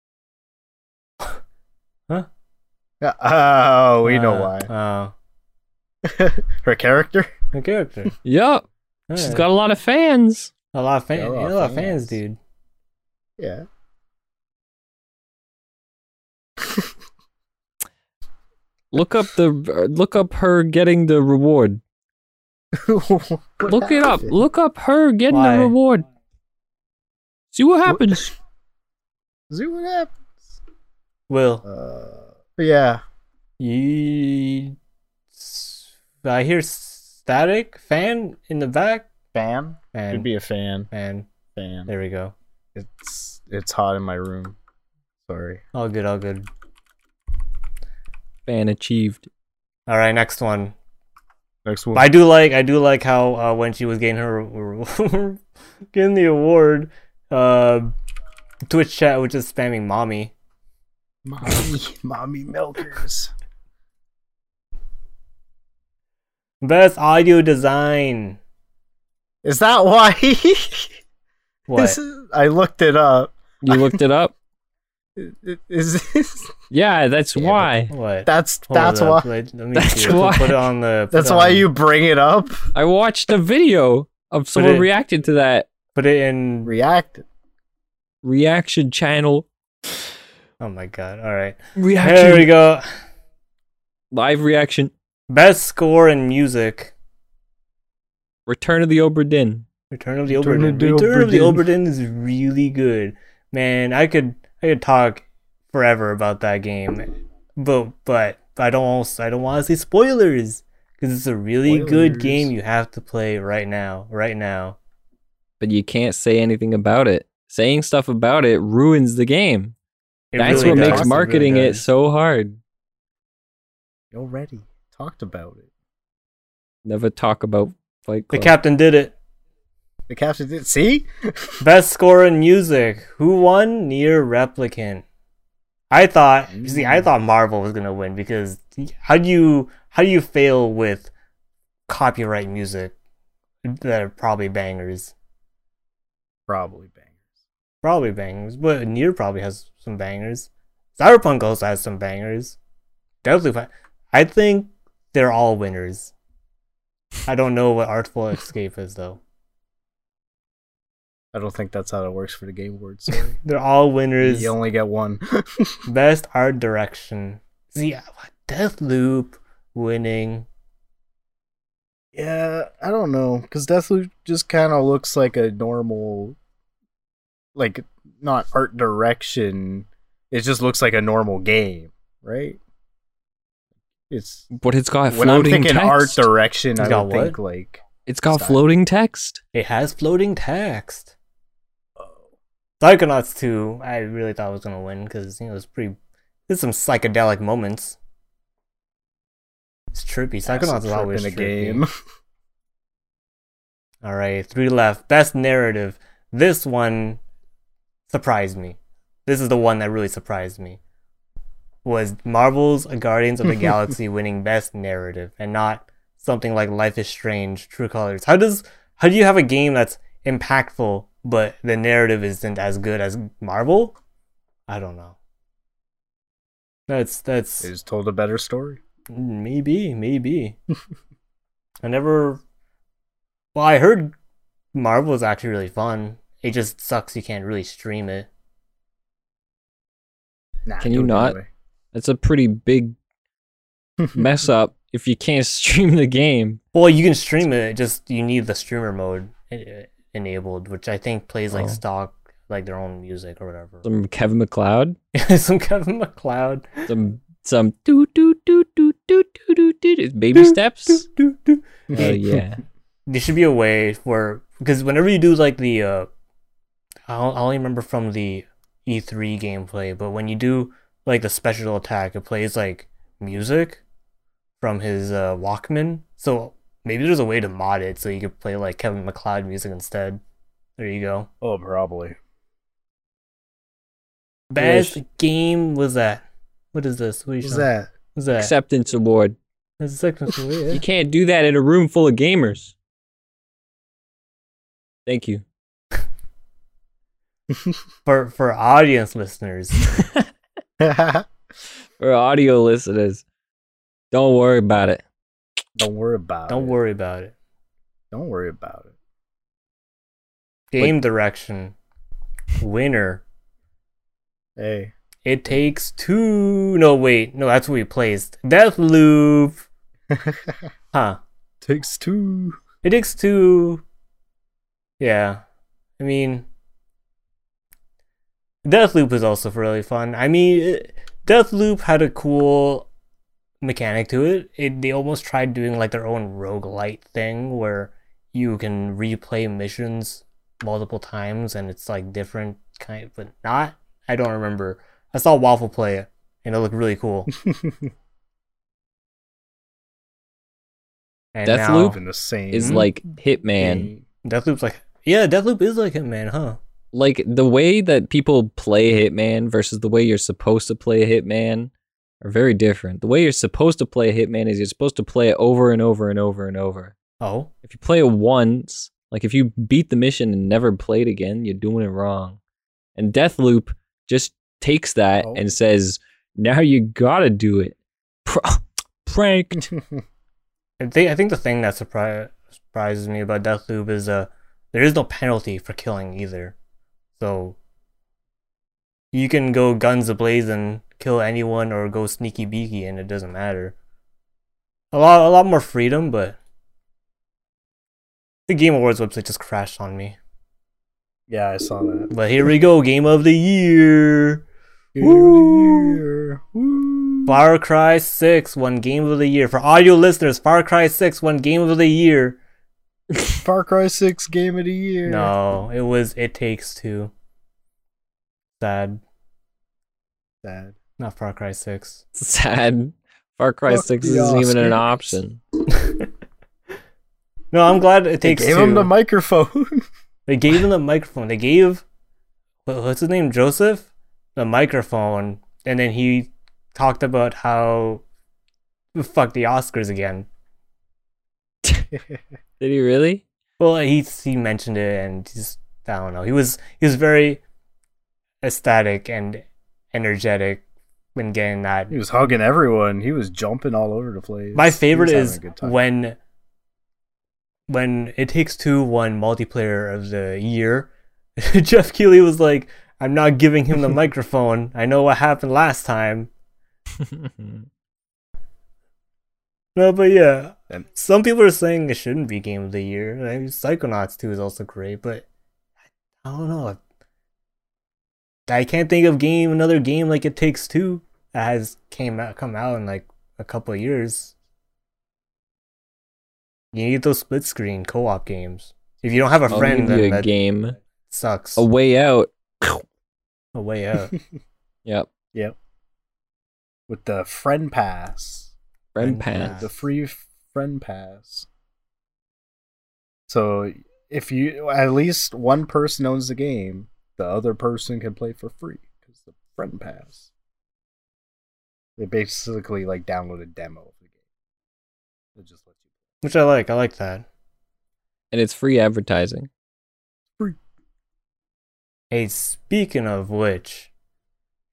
Speaker 2: Oh, we know
Speaker 3: Uh,
Speaker 2: why.
Speaker 3: Oh,
Speaker 2: (laughs) Her character.
Speaker 3: the character.
Speaker 4: Yup. She's
Speaker 3: Alright.
Speaker 4: got a lot of fans.
Speaker 3: a lot of fans.
Speaker 2: Yeah,
Speaker 3: A
Speaker 2: a
Speaker 3: lot,
Speaker 2: lot of
Speaker 3: of
Speaker 2: fans.
Speaker 3: fans, dude.
Speaker 2: Yeah. (laughs)
Speaker 4: Look up the look up her getting the reward.
Speaker 2: What
Speaker 4: Look it up.
Speaker 2: happened?
Speaker 4: Look up her getting
Speaker 3: Why?
Speaker 4: the reward. See what happens.
Speaker 2: See what happened.
Speaker 3: Will
Speaker 2: Uh, yeah.
Speaker 3: you? I hear static fan in the back.
Speaker 2: Fan.
Speaker 3: Fan.
Speaker 2: Could be a fan.
Speaker 3: fan.
Speaker 2: Fan.
Speaker 3: There we go.
Speaker 2: It's it's hot in my room. Sorry.
Speaker 3: All good. All good.
Speaker 4: Fan achieved.
Speaker 3: All right. Next one.
Speaker 2: Next one.
Speaker 3: I do like. I do like how uh, when she was getting her (laughs) getting the award, uh, Twitch chat was just spamming mommy.
Speaker 2: mommy, mommy milkers.
Speaker 3: Best audio design.
Speaker 2: Is that why? (laughs)
Speaker 3: What?
Speaker 2: This is- I looked it up.
Speaker 4: You looked it (laughs) up?
Speaker 2: I- i- Is this? (laughs)
Speaker 4: Yeah, that's
Speaker 2: Yeah, but-
Speaker 4: why.
Speaker 3: what?
Speaker 2: That's
Speaker 3: Hold
Speaker 2: that's
Speaker 3: up,
Speaker 2: why.
Speaker 3: Let, let me
Speaker 4: That's
Speaker 3: see. Put-
Speaker 4: why-
Speaker 3: Put it on the. put
Speaker 2: That's
Speaker 3: it
Speaker 2: why
Speaker 3: on-
Speaker 2: you bring it up.
Speaker 4: I watched a video of someone
Speaker 3: it-
Speaker 4: reacting to that
Speaker 3: Put it in.
Speaker 2: React.
Speaker 4: Reaction channel.
Speaker 3: oh my god! All right,
Speaker 4: Reaction.
Speaker 3: there we go.
Speaker 4: Live reaction.
Speaker 3: Best score in music.
Speaker 4: Return of the Obra Dinn.
Speaker 3: Return of the
Speaker 2: Return
Speaker 3: Oberdin.
Speaker 2: of the
Speaker 3: Return of the
Speaker 2: Obra
Speaker 3: Oberdin is really good, man. I could I could talk forever about that game, but but I don't als- I don't want to say spoilers because it's a really good
Speaker 2: Spoilers.
Speaker 3: game. You have to play right now, right now.
Speaker 4: But you can't say anything about it. Saying stuff about it ruins the game.
Speaker 3: It
Speaker 4: That's
Speaker 3: really
Speaker 4: what
Speaker 3: does.
Speaker 4: makes
Speaker 2: really
Speaker 4: marketing it
Speaker 3: does.
Speaker 4: so hard.
Speaker 2: You already talked about it.
Speaker 4: Never talk about Fight
Speaker 3: The
Speaker 4: Club.
Speaker 3: captain did it.
Speaker 2: The captain did. See? (laughs)
Speaker 3: Best score in music. Who won? Near Replicant. I thought. you See, I
Speaker 2: Mm.
Speaker 3: thought Marvel was gonna win because how do you how do you fail with copyright music that are probably bangers?
Speaker 2: Probably bangers.
Speaker 3: Probably bangers, but Near probably has some bangers. Cyberpunk also has some bangers. Definitely, fi- I think they're all winners. I don't know what Artful Escape is though.
Speaker 2: I don't think that's how it works for the game awards. (laughs) Sorry.
Speaker 3: They're all winners.
Speaker 2: you only get one. (laughs)
Speaker 3: Best art direction. See, Deathloop winning.
Speaker 2: yeah, I don't know, because Deathloop just kind of looks like a normal, like not art direction. It just looks like a normal game, right? It's
Speaker 4: but it's got
Speaker 2: when I'm
Speaker 4: floating
Speaker 2: thinking
Speaker 4: text.
Speaker 2: art direction, I
Speaker 3: It's got
Speaker 2: would
Speaker 3: what?
Speaker 2: think like
Speaker 4: it's got
Speaker 2: style.
Speaker 4: floating text.
Speaker 3: It has floating text. Psychonauts 2, I really thought was gonna win because you know it's pretty. There's some psychedelic moments. It's trippy.
Speaker 2: acid
Speaker 3: Psychonauts is
Speaker 2: trip
Speaker 3: always
Speaker 2: in a
Speaker 3: trippy.
Speaker 2: game. (laughs)
Speaker 3: All right, three left. Best narrative. This one surprised me. This is the one that really surprised me. Was Marvel's Guardians of the Galaxy winning best narrative and not something like Life is Strange, True Colors? How does how do you have a game that's impactful but the narrative isn't as good as Marvel? I don't know. That's that's
Speaker 2: It was told a better story.
Speaker 3: Maybe,
Speaker 4: (laughs)
Speaker 3: maybe. I never. Well, I heard Marvel is actually really fun. It just sucks you can't really stream it.
Speaker 2: Nah,
Speaker 4: Can you
Speaker 2: do it
Speaker 4: not?
Speaker 2: anyway.
Speaker 4: That's a pretty big
Speaker 2: Hmm.
Speaker 4: (laughs) mess up if you can't (laughs) stream the game.
Speaker 3: Well, you can stream it, just you need the streamer mode en- enabled, which I think plays like
Speaker 4: Oh.
Speaker 3: stock, like their own music or whatever.
Speaker 4: Some Kevin McLeod.
Speaker 3: (laughs) Some Kevin McCloud.
Speaker 4: Some some do do do do do do do do do- baby steps.
Speaker 3: Do, do, do.
Speaker 2: (laughs)
Speaker 4: Oh yeah.
Speaker 3: there should be a way for because whenever you do like the uh I don't- I only remember from the E3 gameplay, but when you do like the special attack, it plays like music from his uh, Walkman. So maybe there's a way to mod it so you could play like Kevin McLeod music instead. There you go.
Speaker 2: Oh, probably.
Speaker 3: Best game was that? What is this? What are you
Speaker 2: What's
Speaker 3: showing?
Speaker 2: that?
Speaker 3: What's that?
Speaker 4: Acceptance award.
Speaker 3: That's the second one, yeah.
Speaker 4: You (laughs) can't do that in a room full of gamers. Thank you.
Speaker 3: For for audience listeners,
Speaker 2: (laughs) Don't
Speaker 4: For audio listeners, don't worry about it.
Speaker 2: worry about it.
Speaker 3: don't worry about it.
Speaker 2: Don't worry about it.
Speaker 3: Game direction winner
Speaker 2: Hey,
Speaker 3: It takes two. No, wait. No, that's what we placed. Deathloop. Huh.
Speaker 2: takes (laughs) two.
Speaker 3: It takes two. Yeah. I mean, Deathloop is also really fun. I mean, it, Deathloop had a cool mechanic to it. it. They almost tried doing like their own roguelite thing where you can replay missions multiple times and it's like different kind, but not. I don't remember. I saw Waffle play it and it looked really cool. And now-
Speaker 4: Deathloop
Speaker 2: in the same.
Speaker 4: Is like Hitman.
Speaker 2: game.
Speaker 3: Deathloop's like, yeah, Deathloop is like Hitman, huh?
Speaker 4: Like the way that people play Hitman versus the way you're supposed to play Hitman are very different. The way you're supposed to play Hitman is you're supposed to play it over and over and over and over.
Speaker 3: Oh,
Speaker 4: If you play it once, like if you beat the mission and never played again, you're doing it wrong. And Deathloop just takes that
Speaker 2: Oh.
Speaker 4: and says, "Now you gotta do it." Pr- (laughs) pranked.
Speaker 2: (laughs)
Speaker 3: I think I think the thing that surpri- surprises me about Deathloop is uh there is no penalty for killing either. So you can go guns ablaze and kill anyone or go sneaky beaky and it doesn't matter. A lot a lot more freedom, but the Game Awards website just crashed on me.
Speaker 2: Yeah, I saw that.
Speaker 3: But here we go, game of the year. Woo!
Speaker 2: Woo!
Speaker 3: Far Cry 6 won game of the year. For audio listeners, Far Cry 6 won game of the year.
Speaker 2: Far Cry Six Game of the Year.
Speaker 3: No, it was It Takes Two. Sad.
Speaker 2: Sad.
Speaker 3: Not Far Cry 6.
Speaker 4: Sad. Far Cry
Speaker 2: Fuck
Speaker 4: Six
Speaker 2: the
Speaker 4: isn't even an
Speaker 2: Oscars.
Speaker 4: option.
Speaker 3: No, I'm glad It
Speaker 2: They
Speaker 3: Takes
Speaker 2: gave
Speaker 3: Two.
Speaker 2: him the (laughs) microphone.
Speaker 3: They gave him the microphone. They gave what- what's his name, Joseph, the microphone, and then he talked about how fuck the Oscars again.
Speaker 4: Did he
Speaker 3: (laughs)
Speaker 4: really?
Speaker 3: Well, he he mentioned it, and just I don't know. He was he was very ecstatic and energetic when getting that.
Speaker 2: he was hugging everyone. He was jumping all over the place.
Speaker 3: My
Speaker 2: He was
Speaker 3: favorite
Speaker 2: having
Speaker 3: is
Speaker 2: a good time. (laughs)
Speaker 3: when when it takes two won multiplayer of the year. (laughs) Jeff Keighley was like, "I'm not giving
Speaker 2: (laughs)
Speaker 3: him the microphone. I know what happened last time." No, but yeah,
Speaker 2: And-
Speaker 3: some people are saying it shouldn't be game of the year. I mean, Psychonauts two is also great, but I don't know. I can't think of game another game like it takes two that has came out come out in like a couple of years. You need those split screen co op games. If you don't have a
Speaker 4: I'll
Speaker 3: friend,
Speaker 4: give you
Speaker 3: then
Speaker 4: a
Speaker 3: that
Speaker 4: game.
Speaker 3: sucks.
Speaker 4: A way out.
Speaker 3: A way out.
Speaker 4: Yep.
Speaker 2: Yep. With the friend pass,
Speaker 4: Friend
Speaker 3: Friend
Speaker 4: pass.
Speaker 2: the free f- friend pass. So if you at least one person owns the game, the other person can play for free because the friend pass. They basically like download a demo of the game. It just lets you
Speaker 3: Which I like. I like that.
Speaker 4: And it's free advertising.
Speaker 3: Hey, speaking of which,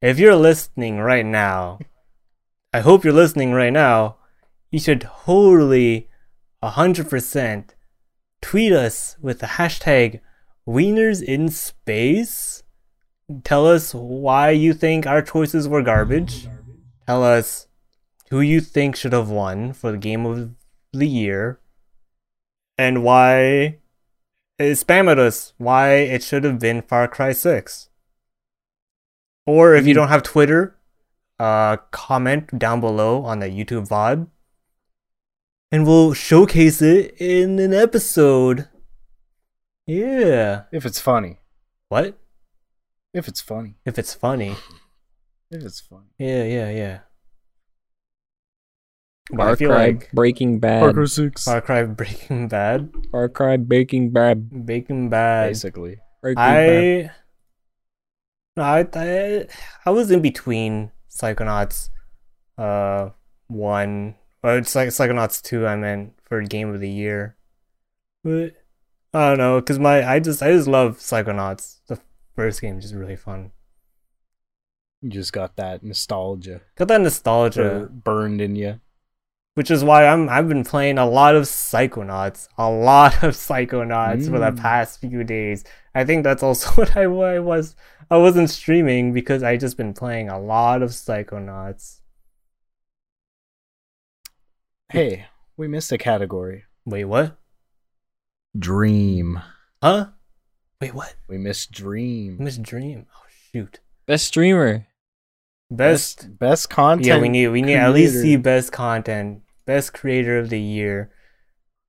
Speaker 3: if you're listening right now, I hope you're listening right now, you should totally 100% tweet us with the hashtag Wieners in Space. Tell us why you think our choices were garbage. Tell us who you think should have won for the game of the year and why uh, spam at us why it should have been Far Cry 6. Or if you don't have Twitter, uh, comment down below on the YouTube VOD. And we'll showcase it in an episode. Yeah.
Speaker 2: If it's funny.
Speaker 3: What?
Speaker 2: If it's funny.
Speaker 3: If it's funny.
Speaker 2: If it's funny.
Speaker 3: Yeah, yeah, yeah. But I
Speaker 4: Far Cry
Speaker 3: feel like
Speaker 4: Breaking Bad.
Speaker 2: Six.
Speaker 3: Far Cry (laughs) Breaking Bad.
Speaker 4: Far Cry Breaking Bad.
Speaker 3: Breaking Bad.
Speaker 2: Basically.
Speaker 4: Breaking
Speaker 3: I,
Speaker 4: Bad.
Speaker 3: no, I, I, I was in between Psychonauts, uh, one or it's like Psychonauts two. I meant for game of the year, but I don't know because my I just I just love Psychonauts. The first game is just really fun.
Speaker 2: You just got that nostalgia
Speaker 3: Got that nostalgia,
Speaker 2: bur- burned in you.
Speaker 3: which is why I'm I've been playing a lot of Psychonauts, a lot of Psychonauts for the
Speaker 2: Mm.
Speaker 3: past few days. I think that's also (laughs) what I, why I was. I wasn't streaming because I just been playing a lot of Psychonauts.
Speaker 2: Hey, we missed a category.
Speaker 3: Wait, what?
Speaker 2: Dream.
Speaker 3: Huh? Wait, what?
Speaker 2: We missed Dream.
Speaker 3: Miss Dream. Oh shoot.
Speaker 4: Best streamer.
Speaker 3: Best.
Speaker 2: best content.
Speaker 3: Yeah, we need we need at least see
Speaker 2: creator.
Speaker 3: best content, best creator of the year.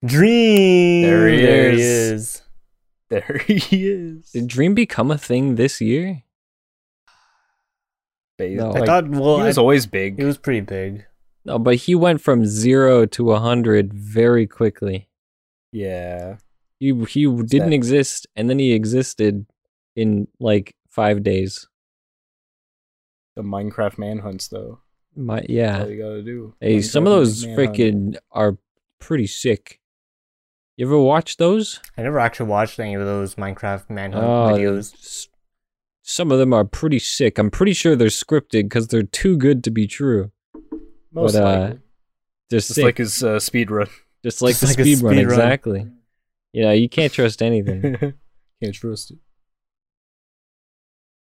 Speaker 3: Dream.
Speaker 2: There he
Speaker 3: there He
Speaker 2: is.
Speaker 3: is.
Speaker 2: There (laughs) he is.
Speaker 4: Did Dream become a thing this year?
Speaker 2: Ba-
Speaker 4: No.
Speaker 2: like,
Speaker 3: I thought. Well,
Speaker 2: he was
Speaker 3: I-
Speaker 2: always big.
Speaker 3: it was pretty big.
Speaker 4: No, but he went from zero to a hundred very quickly.
Speaker 2: yeah.
Speaker 4: He he didn't
Speaker 2: that?
Speaker 4: exist, and then he existed in like five days.
Speaker 2: The Minecraft manhunts though.
Speaker 4: My
Speaker 2: That's
Speaker 4: yeah.
Speaker 2: all you gotta do.
Speaker 4: Hey,
Speaker 2: Minecraft
Speaker 4: some of those
Speaker 2: manhunt.
Speaker 4: freaking are pretty sick. You ever watch those?
Speaker 3: I never actually watched any of those Minecraft manhunt
Speaker 4: Oh,
Speaker 3: videos.
Speaker 4: s- Some of them are pretty sick. I'm pretty sure they're scripted because they're too good to be true.
Speaker 2: most
Speaker 4: but, uh,
Speaker 2: likely.
Speaker 4: They're
Speaker 2: Just
Speaker 4: sick,
Speaker 2: like his uh, speed run.
Speaker 4: just like
Speaker 3: just
Speaker 4: the
Speaker 3: like a
Speaker 4: speed run,
Speaker 3: speedrun.
Speaker 4: exactly. You know, you can't
Speaker 3: (laughs)
Speaker 4: trust anything.
Speaker 2: (laughs) Can't trust it.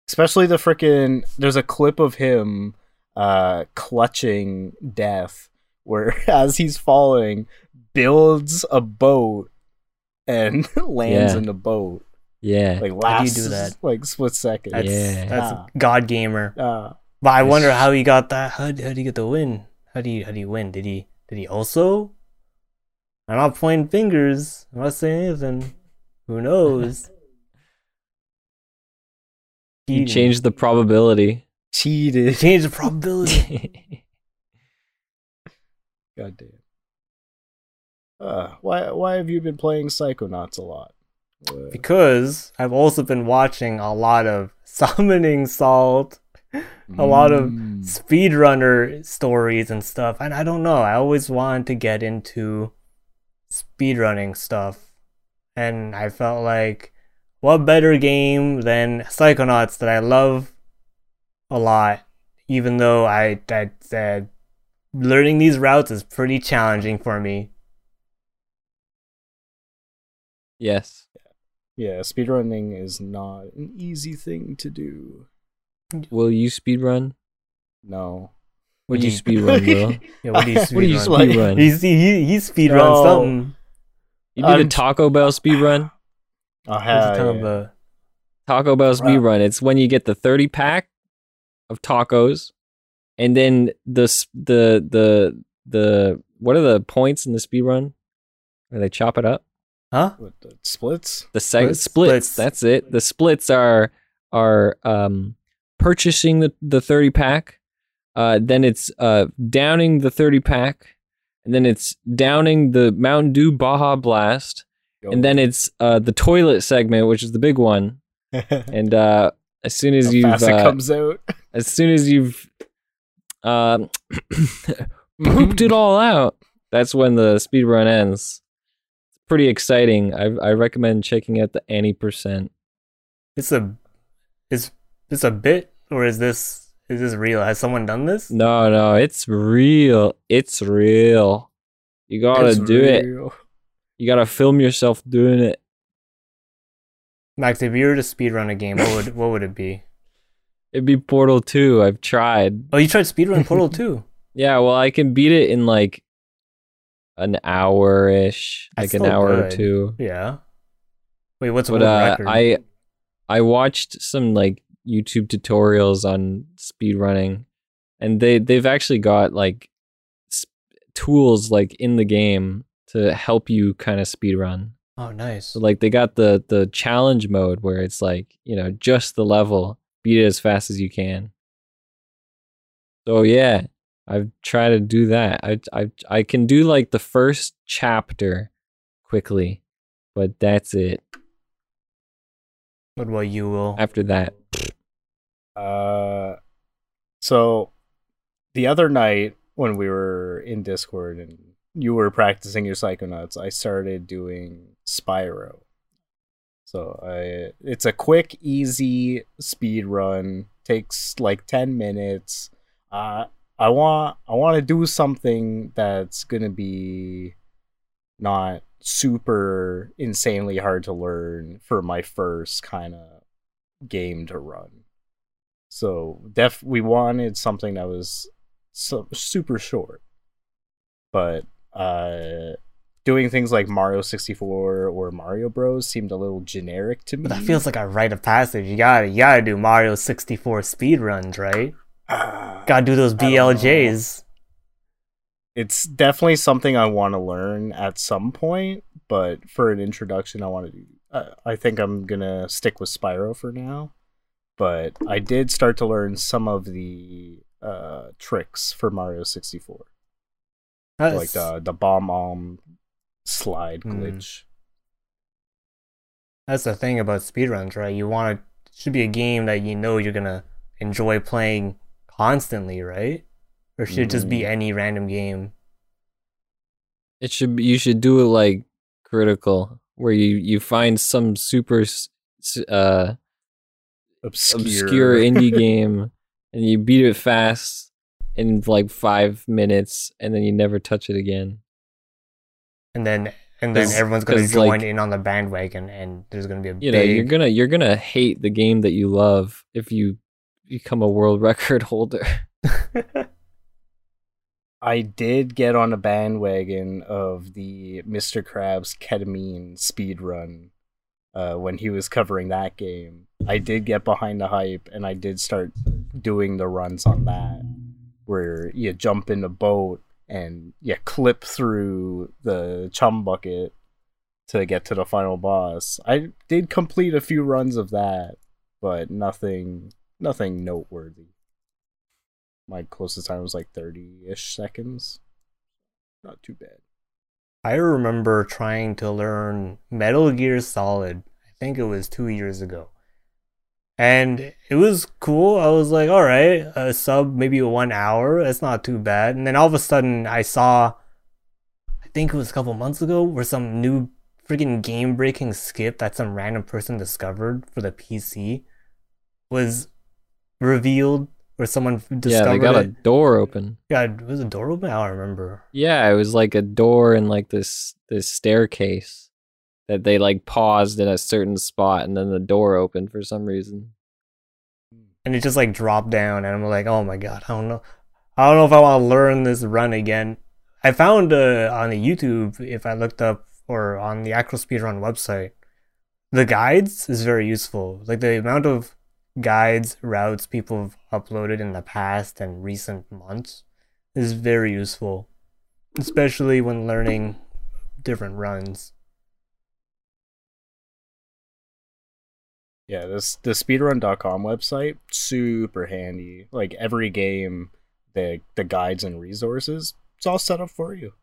Speaker 2: Especially the freaking. There's a clip of him uh, clutching death, where (laughs) as he's falling, builds a boat and (laughs) lands
Speaker 4: Yeah.
Speaker 2: in the boat.
Speaker 4: (laughs) Yeah.
Speaker 2: Like last,
Speaker 3: How do you do that?
Speaker 2: Like split second.
Speaker 3: That's
Speaker 4: Yeah.
Speaker 3: that's
Speaker 2: Ah.
Speaker 3: God gamer.
Speaker 2: Uh,
Speaker 3: But I
Speaker 4: It's-
Speaker 3: wonder how he got that. How how did he get the win? How do you how do you win? Did he did he also? I'm not pointing fingers. I'm not saying anything. Who
Speaker 4: (laughs)
Speaker 3: knows?
Speaker 4: You
Speaker 3: Cheating.
Speaker 4: change the probability. (laughs)
Speaker 2: cheated. (laughs)
Speaker 3: Change the probability.
Speaker 2: God damn. Uh, why why have you been playing Psychonauts a lot? Uh,
Speaker 3: because I've also been watching a lot of (laughs) summoning salt, a lot of
Speaker 2: mm,
Speaker 3: speedrunner stories and stuff, and I don't know. I always wanted to get into speedrunning stuff, and I felt like what better game than Psychonauts that I love a lot, even though I I said learning these routes is pretty challenging for me.
Speaker 4: yes.
Speaker 2: yeah, speedrunning is not an easy thing to do.
Speaker 4: Will you speedrun?
Speaker 2: No. Oh,
Speaker 4: Would you
Speaker 3: Yeah.
Speaker 2: (laughs)
Speaker 3: (laughs)
Speaker 4: speedrun, Will?
Speaker 3: Yeah, what do you
Speaker 4: What do you
Speaker 3: speedrun?
Speaker 2: Like-
Speaker 4: speedrun?
Speaker 3: He's, he he speedruns
Speaker 2: No.
Speaker 3: something.
Speaker 4: You did a
Speaker 2: I'm-
Speaker 4: Taco Bell speedrun?
Speaker 2: Oh,
Speaker 3: What's he
Speaker 2: hell
Speaker 3: talking
Speaker 2: yeah.
Speaker 3: about?
Speaker 4: Taco Bell speedrun. It's when you get the 30 pack of tacos and then the s- the the the what are the points in the speedrun? Where they chop it up?
Speaker 3: Huh?
Speaker 2: What the splits?
Speaker 4: The seg-
Speaker 3: Splits?
Speaker 4: splits,
Speaker 3: Splits.
Speaker 4: That's it. The splits are are um, purchasing the the thirty pack. Uh, then it's uh, downing the thirty pack, and then it's downing the Mountain Dew Baja Blast,
Speaker 2: (laughs)
Speaker 4: and then it's uh, the toilet segment, which is the big one.
Speaker 2: as
Speaker 4: And uh, as soon as you've
Speaker 2: fast it
Speaker 4: uh,
Speaker 2: comes out.
Speaker 4: as soon as you've um, (coughs) pooped
Speaker 3: Mm-hmm.
Speaker 4: it all out, that's when the speed run ends. It's pretty exciting. I I recommend checking out the Annie percent.
Speaker 3: It's a, it's it's a bit, or is this is this real? Has someone done this?
Speaker 4: No, no, it's real. It's real. You gotta
Speaker 2: It's
Speaker 4: do it.
Speaker 2: real.
Speaker 4: You gotta film yourself doing it.
Speaker 3: Max, if you were to speedrun a game, what would what would it be?
Speaker 4: It'd be Portal 2. I've tried.
Speaker 3: Oh, you tried speedrun
Speaker 4: (laughs)
Speaker 3: Portal Two.
Speaker 4: Yeah, well, I can beat it in like an hour ish, like
Speaker 3: That's
Speaker 4: an
Speaker 3: still
Speaker 4: hour or
Speaker 3: good.
Speaker 4: two.
Speaker 3: Yeah. Wait, what's
Speaker 4: But
Speaker 3: world
Speaker 4: uh,
Speaker 3: record?
Speaker 4: I I watched some like YouTube tutorials on speedrunning, and they they've actually got like sp- tools like in the game to help you kind of speedrun.
Speaker 3: oh, nice.
Speaker 4: So like they got the the challenge mode where it's like, you know, just the level, beat it as fast as you can. So yeah, I've tried to do that. I I I can do like the first chapter quickly, but that's it.
Speaker 3: What about you, Will?
Speaker 4: After that,
Speaker 2: Uh, so the other night when we were in Discord and you were practicing your psychonauts, I started doing Spyro. So I it's a quick, easy speed run. Takes like ten minutes. Uh, I want I want to do something that's gonna be not super insanely hard to learn for my first kind of game to run. So def we wanted something that was so, super short, but uh, doing things like Mario sixty four or Mario Bros seemed a little generic to me.
Speaker 3: But that feels like a rite of passage. You gotta you gotta do Mario sixty four speedruns, right?
Speaker 2: Ah,
Speaker 3: Gotta do those
Speaker 2: I don't know.
Speaker 3: BLJs.
Speaker 2: it's definitely something I want to learn at some point. But for an introduction, I want to do. Uh, I think I'm gonna stick with Spyro for now. But I did start to learn some of the uh, tricks for Mario sixty four. like
Speaker 4: uh,
Speaker 3: That's,
Speaker 2: the the bomb arm slide
Speaker 3: Mm.
Speaker 2: glitch.
Speaker 3: that's the thing about speedruns, right? You want to should be a game that you know you're gonna enjoy playing constantly, right? Or should it just be
Speaker 4: Mm.
Speaker 2: Mhm.
Speaker 3: any random game?
Speaker 4: it should be, you should do it like critical where you you find some super s- s- uh
Speaker 2: Obscure.
Speaker 3: (laughs)
Speaker 4: obscure indie game and you beat it fast in like 5 minutes and then you never touch it again.
Speaker 3: and then and then
Speaker 4: Cause-
Speaker 3: everyone's gonna
Speaker 4: 'cause,
Speaker 3: join
Speaker 4: like-
Speaker 3: in on the bandwagon, and there's gonna be a
Speaker 4: you know you're
Speaker 3: big.
Speaker 4: gonna you're gonna hate the game that you love if you become a world (laughs) record holder
Speaker 3: (laughs)
Speaker 2: I did get on a bandwagon of the Mr. Krabs ketamine speedrun uh, when he was covering that game. I did get behind the hype and I did start doing the runs on that where you jump in a boat and you clip through the chum bucket to get to the final boss. I did complete a few runs of that, but nothing nothing noteworthy my closest time was like 30-ish seconds not too bad
Speaker 3: I remember trying to learn Metal Gear Solid. I think it was two years ago, and it was cool. I was like, all right, a sub maybe one hour. That's not too bad. And then all of a sudden, I saw, I think it was a couple months ago, where some new freaking game breaking skip that some random person discovered for the PC was revealed, or someone discovered
Speaker 4: yeah they got a
Speaker 3: it.
Speaker 4: door open
Speaker 3: God, was the door open? I don't remember.
Speaker 4: yeah it was like a door and like this this staircase that they like paused in a certain spot and then the door opened for some reason
Speaker 3: And it just like dropped down, and I'm like, oh my god, I don't know, I don't know if I want to learn this run again. I found uh, on the YouTube if I looked up or on the actual speedrun website, the guides is very useful. Like the amount of guides routes people have uploaded in the past and recent months is very useful, especially when learning different runs.
Speaker 2: yeah this the speedrun.com website super handy like every game the the guides and resources it's all set up for you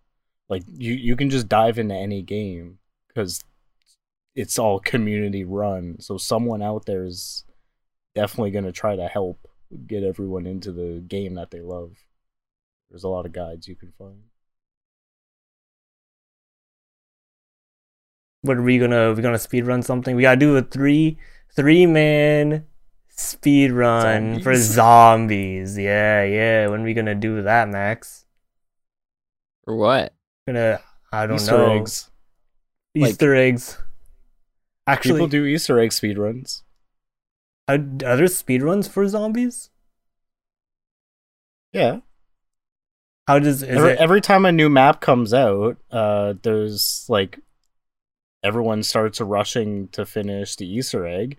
Speaker 2: like you you can just dive into any game because it's all community run so someone out there is definitely going to try to help get everyone into the game that they love there's a lot of guides you can find
Speaker 3: what are we gonna we gonna speed run something we gotta do a three three man speed run for
Speaker 2: Zombies.
Speaker 3: zombies yeah yeah when we gonna do that max
Speaker 4: or what
Speaker 3: gonna i don't
Speaker 2: Easter
Speaker 3: know
Speaker 2: eggs
Speaker 4: Like-
Speaker 3: easter eggs actually
Speaker 2: people do easter egg speedruns
Speaker 3: are, are there speed runs for zombies
Speaker 2: yeah
Speaker 3: how does is
Speaker 2: every,
Speaker 3: it
Speaker 2: every time a new map comes out, uh, there's like everyone starts rushing to finish the Easter egg,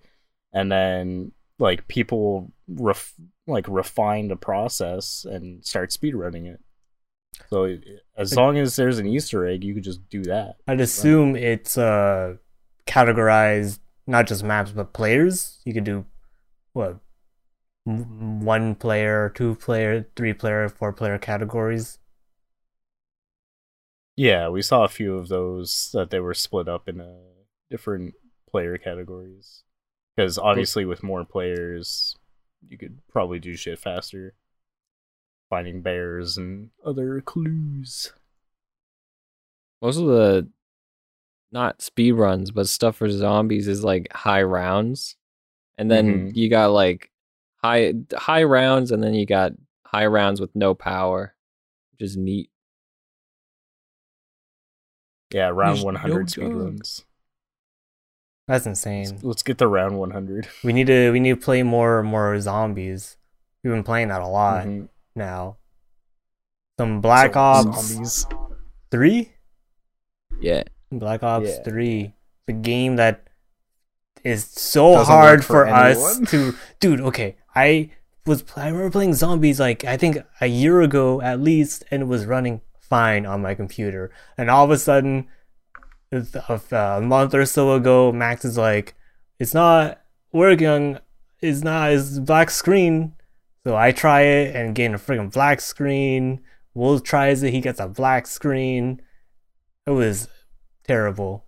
Speaker 2: and then like people will ref- like refine the process and start speedrunning it. So it- it- as long as there's an Easter egg, you could just do that.
Speaker 3: i'd assume it's uh categorized not just maps but players you could do what m- one player two player three player four player categories
Speaker 2: Yeah, we saw a few of those that they were split up in uh, different player categories. Because obviously, with more players, you could probably do shit faster. Finding bears and other clues.
Speaker 4: most of the not speed runs but stuff for zombies is like high rounds and
Speaker 3: Mm-hmm.
Speaker 4: then you got like high high rounds and then you got high rounds with no power which is neat
Speaker 2: Yeah, round
Speaker 4: There's no
Speaker 2: 100
Speaker 4: dog.
Speaker 2: speedruns. Let's,
Speaker 3: That's insane.
Speaker 2: let's get the round 100.
Speaker 3: We need to we need to play more more zombies. We've been playing that a lot
Speaker 2: Mhm.
Speaker 3: now. Some Black
Speaker 2: So-
Speaker 3: Ops
Speaker 2: Zombies.
Speaker 3: three,
Speaker 4: yeah
Speaker 3: Black Ops
Speaker 2: Yeah.
Speaker 3: three, the game that is so
Speaker 2: Doesn't
Speaker 3: hard
Speaker 2: work
Speaker 3: for,
Speaker 2: for
Speaker 3: us
Speaker 2: anyone.
Speaker 3: to. Dude, okay, I was pl- I remember playing zombies like I think a year ago at least, and it was running fine on my computer, and all of a sudden, it's a a month or so ago, Max is like, "It's not working. It's not. It's black screen." So I try it and gain a freaking black screen. Will tries it. He gets a black screen. It was terrible.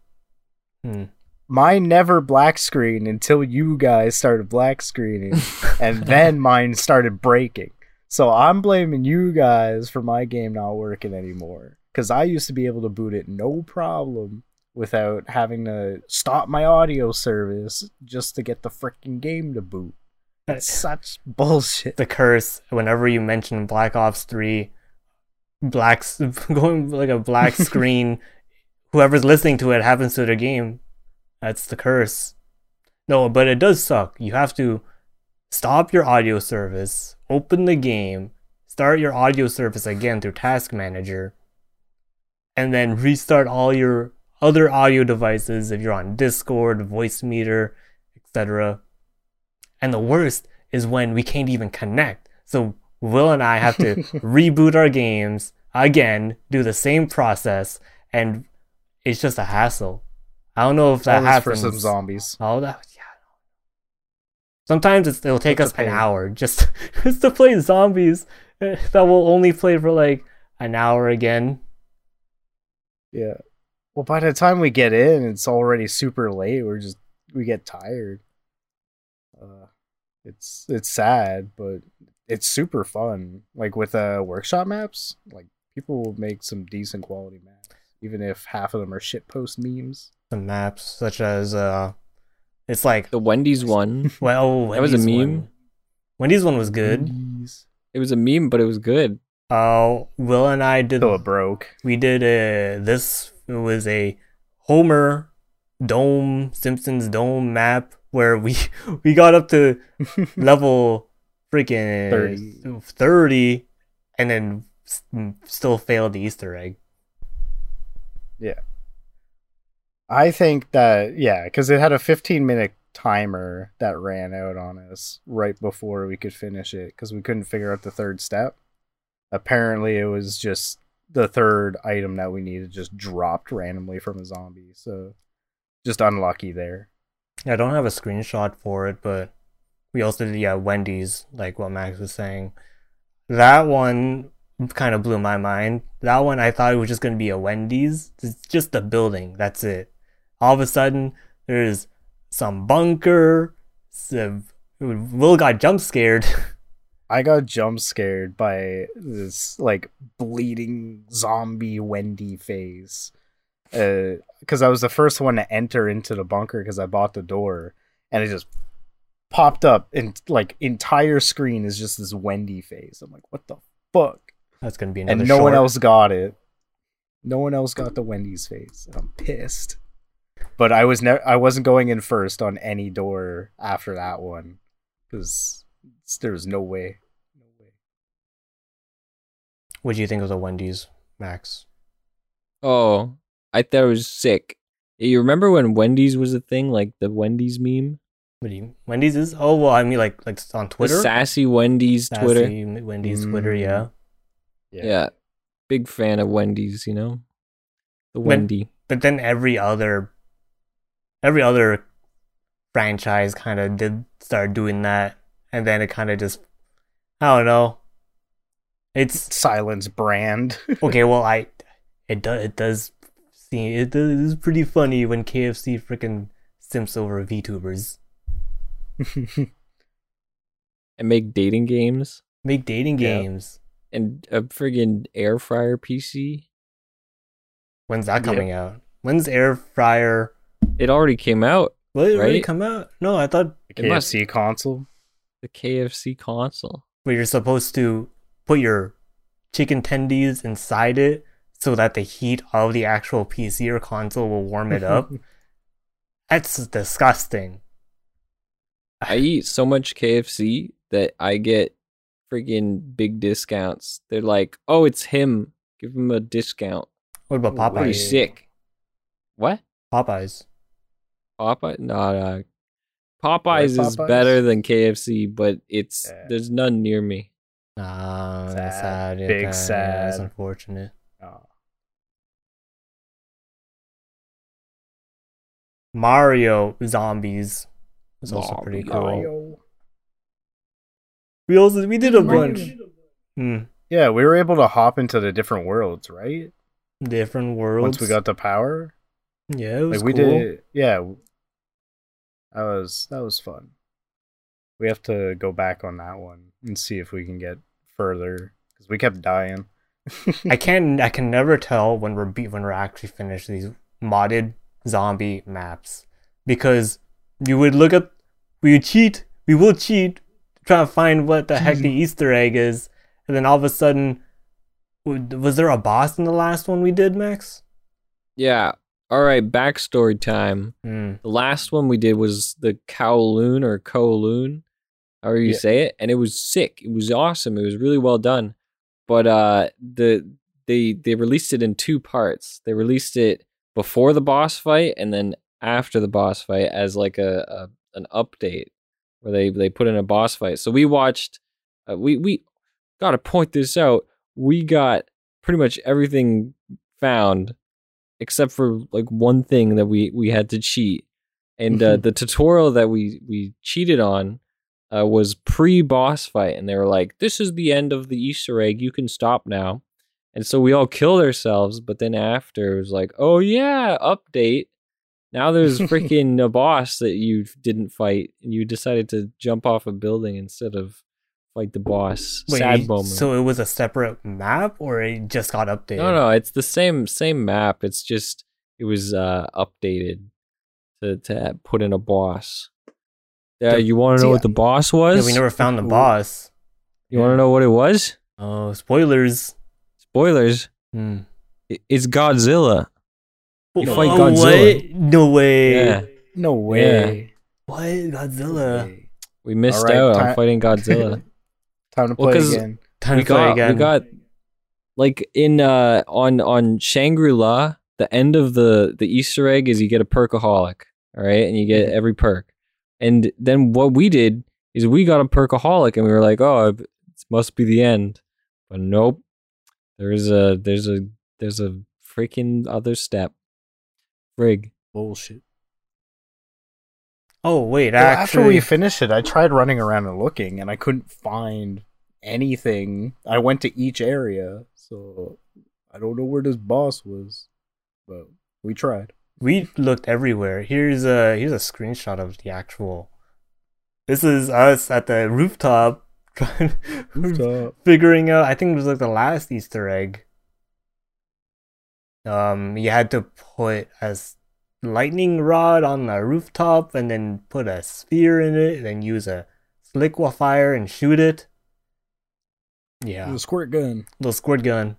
Speaker 3: Hmm.
Speaker 2: Mine never black screen until you guys started black screening,
Speaker 3: (laughs)
Speaker 2: and then mine started breaking. So I'm blaming you guys for my game not working anymore. Because I used to be able to boot it no problem without having to stop my audio service just to get the freaking game to boot.
Speaker 3: (laughs)
Speaker 2: It's such bullshit.
Speaker 3: the curse whenever you mention (laughs) Black Ops 3 black s- going like a black screen whoever's listening to it happens to their game. That's the curse. No, but it does suck. You have to stop your audio service, open the game, start your audio service again through Task Manager, and then restart all your other audio devices if you're on Discord, voice meter, etc. And the worst is when we can't even connect. So Will and I have
Speaker 2: (laughs)
Speaker 3: to reboot our games again, do the same process, and it's just a hassle. I don't know if that
Speaker 2: That was for
Speaker 3: happens.
Speaker 2: some zombies.
Speaker 3: Oh, that yeah. Sometimes it's, it'll take
Speaker 2: That's
Speaker 3: us
Speaker 2: a
Speaker 3: an
Speaker 2: pain.
Speaker 3: hour just (laughs) just to play zombies eh, that we'll only play for like an hour again.
Speaker 2: Yeah. Well, by the time we get in, it's already super late. We're just we get tired. Uh, it's it's sad, but it's super fun. Like with uh workshop maps, like people will make some decent quality maps, even if half of them are shitpost memes.
Speaker 3: The maps, such as uh, it's like
Speaker 4: The Wendy's
Speaker 3: (laughs)
Speaker 4: one.
Speaker 3: well, oh,
Speaker 4: That was a
Speaker 3: Wendy's
Speaker 4: meme?
Speaker 3: One. Wendy's one was good.
Speaker 2: Memes.
Speaker 4: It was a meme, but it was good.
Speaker 3: Uh, Will and I did
Speaker 2: Till it broke.
Speaker 3: we did a this it was a Homer dome Simpsons dome map where we (laughs) we got up
Speaker 4: (laughs)
Speaker 3: to level freaking
Speaker 2: 30.
Speaker 3: 30. and then s- still failed the easter egg
Speaker 2: I think that yeah, because it had a 15 minute timer that ran out on us right before we could finish it because we couldn't figure out the third step. Apparently, it was just the third item that we needed just dropped randomly from a zombie, so just unlucky there.
Speaker 3: i don't have a screenshot for it but we also did yeah wendy's like what max was saying that one kind of blew my mind that one i thought it was just going to be a wendy's it's just the building that's it all of a sudden there's some bunker some, will got jump scared (laughs)
Speaker 2: I got jump scared by this like bleeding zombie Wendy phase. Because I was the first one to enter into the bunker because I bought the door and it just popped up and like entire screen is just this Wendy phase. I'm like, what the fuck?
Speaker 3: that's going to be another
Speaker 2: And no one
Speaker 3: short.
Speaker 2: else got it. No one else got the Wendy's face. And I'm pissed. But I was never I wasn't going in first on any door after that one because there was no way. No way.
Speaker 3: what do you think of the wendy's max
Speaker 4: Oh, I thought it was sick. You remember when Wendy's was a thing, like the Wendy's meme,
Speaker 3: what do you wendy's is oh well i mean like like on twitter
Speaker 4: the sassy Wendy's
Speaker 3: Sassy
Speaker 4: Twitter.
Speaker 3: wendy's
Speaker 2: Mm.
Speaker 3: twitter yeah
Speaker 4: Yeah. big fan of Wendy's. You know, the
Speaker 3: When-
Speaker 4: Wendy.
Speaker 3: but then every other every other franchise kind of did start doing that and then it kind of just i don't know it's
Speaker 2: (laughs) Silence brand. (laughs)
Speaker 3: okay well i it does it does seem it does it is pretty funny when kfc freaking simps over vtubers
Speaker 4: and make dating games
Speaker 3: make dating
Speaker 2: Yeah.
Speaker 3: games
Speaker 4: and a friggin' air fryer PC.
Speaker 3: when's that
Speaker 2: Yeah.
Speaker 3: coming out when's air fryer
Speaker 4: It already came out.
Speaker 3: will it already
Speaker 4: Right?
Speaker 3: come out no i thought
Speaker 4: It must-
Speaker 2: KFC console.
Speaker 4: The KFC console.
Speaker 3: where you're supposed to put your chicken tendies inside it so that the heat of the actual PC or console will warm
Speaker 2: (laughs)
Speaker 3: it up. That's disgusting.
Speaker 2: (sighs)
Speaker 4: I eat so much KFC that I get friggin' big discounts. They're like, oh, it's him. Give him a discount.
Speaker 3: What about
Speaker 2: Ooh, Right.
Speaker 4: Pretty
Speaker 3: Popeyes?
Speaker 4: sick. What?
Speaker 3: Popeyes.
Speaker 4: Popeye? No, no. Popeyes is
Speaker 2: Popeyes?
Speaker 4: better than KFC, but it's
Speaker 2: Yeah.
Speaker 4: there's none near me.
Speaker 3: Ah,
Speaker 2: that's
Speaker 3: that's
Speaker 2: Sad. sad.
Speaker 3: sad.
Speaker 2: Yeah, Big that- yeah, that's
Speaker 3: That's
Speaker 2: sad.
Speaker 3: unfortunate.
Speaker 2: Oh,
Speaker 3: Mario Zombies was also pretty
Speaker 2: Oh,
Speaker 3: cool.
Speaker 2: Mario.
Speaker 3: We also we did a
Speaker 2: Mario.
Speaker 3: bunch. Hmm.
Speaker 2: Yeah, we were able to hop into the different worlds, right?
Speaker 3: different worlds.
Speaker 2: Once we got the power.
Speaker 3: yeah, it was
Speaker 2: Like we
Speaker 3: cool.
Speaker 2: did yeah. That was that was fun. We have to go back on that one and see if we can get further cuz we kept dying. (laughs)
Speaker 3: I can I can never tell when we're be- when we're actually finished these modded zombie maps because you would look up we would cheat we will cheat try to find what the
Speaker 4: (laughs)
Speaker 3: heck the Easter egg is and then all of a sudden w- was there a boss in the last one we did Max
Speaker 4: Yeah, All right, backstory time.
Speaker 3: Mm.
Speaker 4: The last one we did was the Kowloon or Kowloon, however you
Speaker 2: Yeah.
Speaker 4: say it, and it was sick. It was awesome. It was really well done. But uh, the they they released it in two parts. They released it before the boss fight and then after the boss fight as like a, a an update where they they put in a boss fight. So we watched. Uh, we we got to point this out. We got pretty much everything found except for like one thing that we we had to cheat and uh, the tutorial that we we cheated on uh, was pre boss fight and they were like this is the end of the easter egg you can stop now and so we all killed ourselves but then after it was like oh yeah update now there's freaking a boss that you didn't fight and you decided to jump off a building instead of fight the boss
Speaker 3: Wait,
Speaker 4: sad moment
Speaker 3: so it was a separate map, or it just got updated?
Speaker 4: no, no, it's the same same map. It's just it was uh updated to to put in a boss. Yeah,
Speaker 3: The-
Speaker 4: you want to know
Speaker 2: see,
Speaker 4: what the boss was?
Speaker 3: Yeah, we never found the
Speaker 2: Ooh.
Speaker 3: boss.
Speaker 4: you want to know what it was?
Speaker 3: Oh, spoilers.
Speaker 4: Spoilers.
Speaker 3: Hmm.
Speaker 4: i- It's Godzilla. You fight
Speaker 3: Oh,
Speaker 4: Godzilla.
Speaker 3: What? No way.
Speaker 4: Yeah.
Speaker 2: No way.
Speaker 3: What Godzilla?
Speaker 4: We missed
Speaker 2: Alright,
Speaker 4: out
Speaker 2: time-
Speaker 4: on fighting Godzilla.
Speaker 2: Time to
Speaker 4: Well,
Speaker 2: play
Speaker 4: 'cause-
Speaker 2: again.
Speaker 3: Time
Speaker 4: we
Speaker 3: to play
Speaker 4: got
Speaker 3: again.
Speaker 4: we got like in uh on on Shangri-La, the end of the the Easter egg is you get a perkaholic, all right? And you get
Speaker 3: Mm-hmm.
Speaker 4: every perk. And then what we did is we got a perkaholic and we were like, "Oh, it must be the end." But nope. There's a there's a there's a freaking other step. Frig.
Speaker 2: Bullshit.
Speaker 3: oh wait,
Speaker 2: Well,
Speaker 3: actually,
Speaker 2: after we finished it, I tried running around and looking, and I couldn't find anything. I went to each area, so I don't know where this boss was, but we tried.
Speaker 3: we looked everywhere. Here's a here's a screenshot of the actual. This is us at the rooftop, (laughs) trying
Speaker 2: Rooftop.
Speaker 3: figuring out. I think it was like the last Easter egg. Um, you had to put a s- lightning rod on the rooftop, and then put a sphere in it, and then use a slick fire and shoot it. Yeah,
Speaker 2: The squirt gun.
Speaker 3: little squirt gun.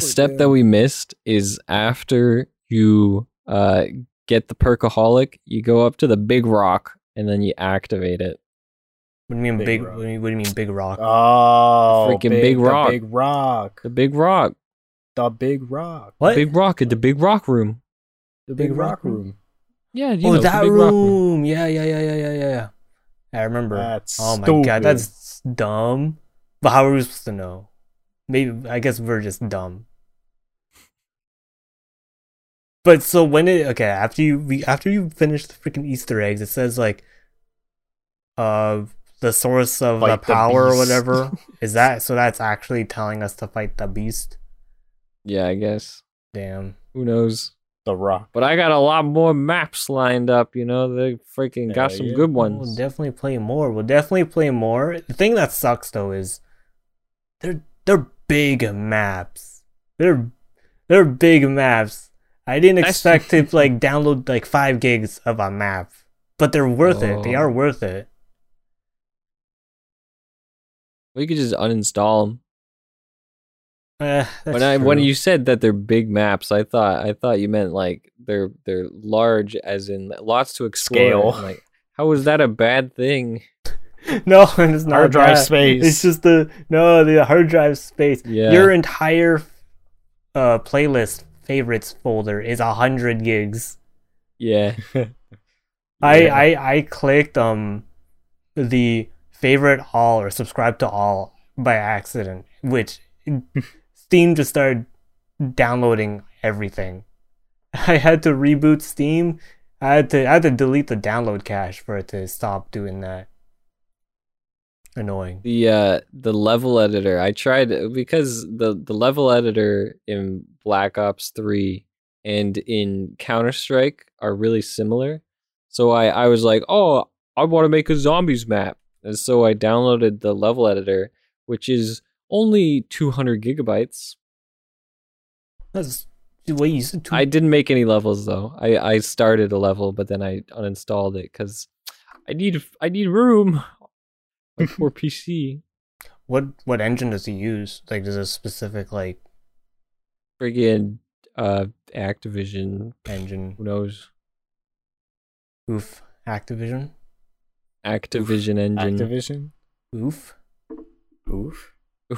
Speaker 3: Oh,
Speaker 2: Poor
Speaker 4: step that
Speaker 2: Dan.
Speaker 4: we missed is after you uh, get the perkaholic, you go up to the big rock and then you activate it.
Speaker 3: What do you mean
Speaker 2: Big
Speaker 3: big?
Speaker 2: rock. Uh,
Speaker 3: What do you what do you mean big rock?
Speaker 2: Oh,
Speaker 4: Freaking big
Speaker 2: the
Speaker 4: rock.
Speaker 2: big rock,
Speaker 4: The big rock,
Speaker 2: the big rock,
Speaker 3: what?
Speaker 4: big rock at the big rock room.
Speaker 2: the big,
Speaker 3: Big
Speaker 2: rock
Speaker 3: rock
Speaker 2: room.
Speaker 4: Yeah, you
Speaker 3: oh,
Speaker 4: know, the
Speaker 3: that
Speaker 4: big
Speaker 3: room.
Speaker 4: rock room.
Speaker 3: Yeah, yeah, yeah, yeah, yeah, yeah, yeah. I remember.
Speaker 2: That's
Speaker 3: oh my
Speaker 2: stupid.
Speaker 3: god, that's dumb. But how are we supposed to know? Maybe I guess we're just dumb. But so when it okay after you we after you finish the freaking Easter eggs, it says like, uh, the source of
Speaker 2: Fight
Speaker 3: the
Speaker 2: the
Speaker 3: power or
Speaker 2: beast. (laughs)
Speaker 3: whatever. Is that so? That's actually telling us to fight the beast.
Speaker 4: Yeah, I guess.
Speaker 3: Damn.
Speaker 4: Who knows?
Speaker 2: the rock.
Speaker 4: But I got a lot more maps lined up. You know, they freaking got
Speaker 2: Hell
Speaker 4: some
Speaker 2: yeah.
Speaker 4: good
Speaker 3: We'll
Speaker 4: ones.
Speaker 3: definitely play more. We'll definitely play more. The thing that sucks though is they're they're big maps. They're they're big maps. I didn't
Speaker 4: That's-
Speaker 3: expect
Speaker 4: (laughs)
Speaker 3: to like download like five gigs of a map, but they're worth it. They are
Speaker 4: Oh.
Speaker 3: worth it.
Speaker 4: We could just uninstall them.
Speaker 3: Eh, that's
Speaker 4: when I when
Speaker 3: true.
Speaker 4: you said that they're big maps, I thought I thought you meant like they're they're large, as in lots to explore.
Speaker 2: Scale.
Speaker 4: I'm Like, how is that a bad thing?
Speaker 3: (laughs) no, it's not
Speaker 2: Hard drive
Speaker 3: that.
Speaker 2: space.
Speaker 3: It's just the no the hard drive space.
Speaker 4: Yeah.
Speaker 3: Your entire uh playlist favorites folder is a hundred gigs.
Speaker 4: Yeah, (laughs)
Speaker 3: I,
Speaker 4: Yeah.
Speaker 3: I I clicked um the favorite all or subscribe to all by accident,
Speaker 4: (laughs)
Speaker 3: which Steam just started downloading everything. (laughs) I had to reboot Steam. I had to I had to delete the download cache for it to stop doing that. Annoying.
Speaker 4: the uh the level editor. I tried because the the level editor in Black Ops Three and in Counter Strike are really similar. So I I was like, oh, I want to make a zombies map, and so I downloaded the level editor, which is only 200 gigabytes
Speaker 3: That's wait, you said two-
Speaker 4: I didn't make any levels though. I, I started a level, but then I uninstalled it because I need I need room. My poor PC.
Speaker 3: what what engine does he use? Like, does a specific like
Speaker 4: Friggin' uh Activision.
Speaker 3: Engine.
Speaker 4: Who knows?
Speaker 3: Oof. Activision.
Speaker 4: Activision engine.
Speaker 2: Activision.
Speaker 3: Oof.
Speaker 2: Oof.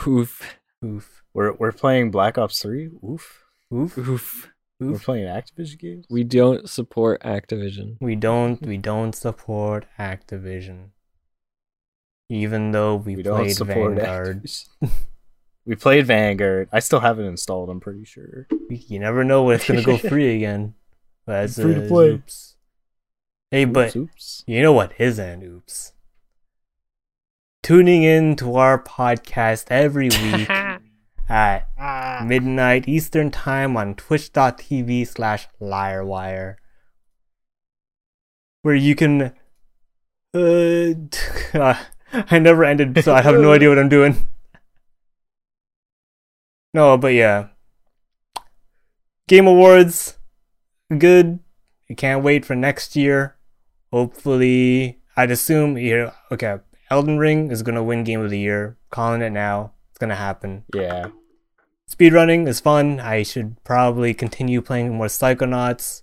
Speaker 4: Oof.
Speaker 3: Oof.
Speaker 2: We're we're playing Black Ops Three. Oof.
Speaker 3: Oof.
Speaker 4: Oof.
Speaker 2: We're
Speaker 3: Oof.
Speaker 2: playing Activision games.
Speaker 4: We don't support Activision.
Speaker 3: We don't we don't support Activision. Even though we,
Speaker 2: We
Speaker 3: played Vanguard.
Speaker 2: Activision. (laughs) we played Vanguard. I still have it installed. I'm pretty sure.
Speaker 3: You never know when it's
Speaker 2: (laughs)
Speaker 3: gonna go free again. But
Speaker 2: It's
Speaker 3: it's
Speaker 2: free to
Speaker 3: uh,
Speaker 2: play.
Speaker 3: Oops. Hey,
Speaker 2: Oops,
Speaker 3: but (laughs)
Speaker 2: oops.
Speaker 3: You know what isn't oops? Tuning in to our podcast
Speaker 2: (laughs)
Speaker 3: every week at midnight Eastern Time on twitch.tv slash liarwire, where you can. Uh, (laughs) I never ended, so I have no idea what I'm doing. No, but yeah. Game Awards, good. I can't wait for next year hopefully i'd assume you know okay elden ring is going to win game of the year calling it now it's going to happen
Speaker 2: Yeah.
Speaker 3: speedrunning is fun i should probably continue playing more psychonauts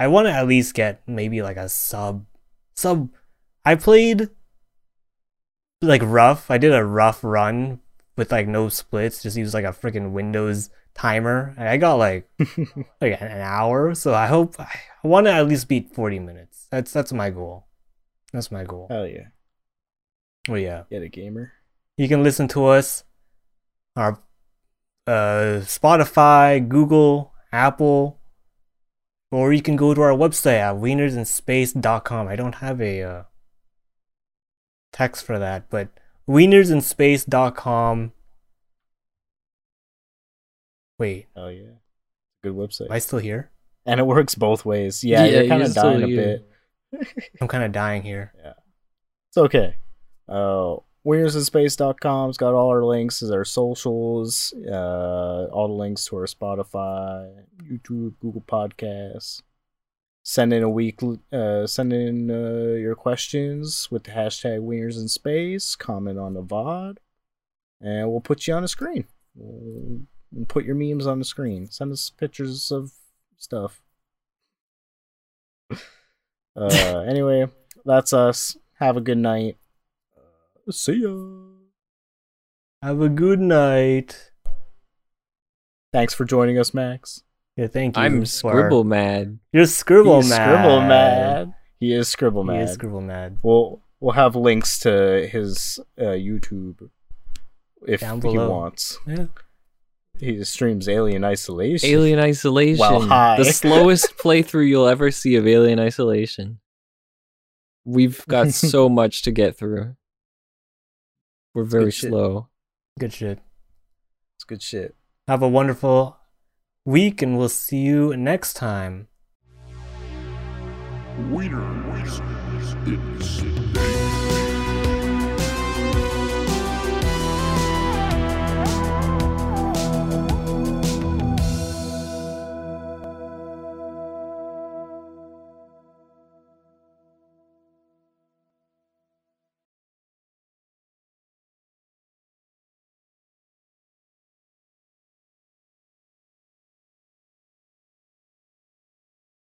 Speaker 3: i want to at least get maybe like a sub sub i played like rough i did a rough run with like no splits just use like a freaking windows timer and i got like like an hour. So I hope I want to at least beat 40 minutes. That's that's my goal. That's my goal.
Speaker 2: Hell yeah.
Speaker 3: Oh yeah,
Speaker 2: Get a gamer.
Speaker 3: you can listen to us our uh, Spotify, Google, Apple, or you can go to our website at wienersinspace.com. I don't have a uh, text for that, but wienersinspace.com. Wait,
Speaker 2: Hell yeah. Good website.
Speaker 3: am I still here?
Speaker 2: and it works both ways. Yeah,
Speaker 4: Yeah,
Speaker 2: you're kind
Speaker 4: you're
Speaker 2: of
Speaker 4: still
Speaker 2: dying a
Speaker 4: you.
Speaker 2: bit.
Speaker 3: I'm kind of dying here.
Speaker 2: It's okay. Uh, WeirdsInSpace.com's got all our links, is our socials, uh, all the links to our Spotify, YouTube, Google Podcasts. Send in a week. Uh, send in uh, your questions with the hashtag Wieners in Space. Comment on the VOD, and we'll put you on a screen. We'll we'll put your memes on the screen. Send us pictures of stuff. Uh, anyway, that's us. Have a good night. Uh, see ya.
Speaker 3: Have a good night.
Speaker 2: Thanks for joining us, Max.
Speaker 3: Yeah, thank you.
Speaker 4: I'm
Speaker 3: for-
Speaker 4: scribble mad.
Speaker 3: You're scribble
Speaker 2: He's
Speaker 3: mad.
Speaker 2: Scribble mad. He is scribble
Speaker 3: He
Speaker 2: mad.
Speaker 3: is scribble mad.
Speaker 2: we'll we'll have links to his uh, YouTube if
Speaker 3: Down
Speaker 2: he
Speaker 3: below.
Speaker 2: wants.
Speaker 3: Yeah.
Speaker 2: He streams Alien Isolation.
Speaker 4: Alien Isolation.
Speaker 2: Well, hi.
Speaker 4: The slowest playthrough you'll ever see of Alien Isolation. We've got so much to get through. We're very
Speaker 2: good shit.
Speaker 4: slow.
Speaker 3: Good shit.
Speaker 2: It's good shit.
Speaker 3: Have a wonderful week, and we'll see you next time.
Speaker 1: Wiener is, is, is, is,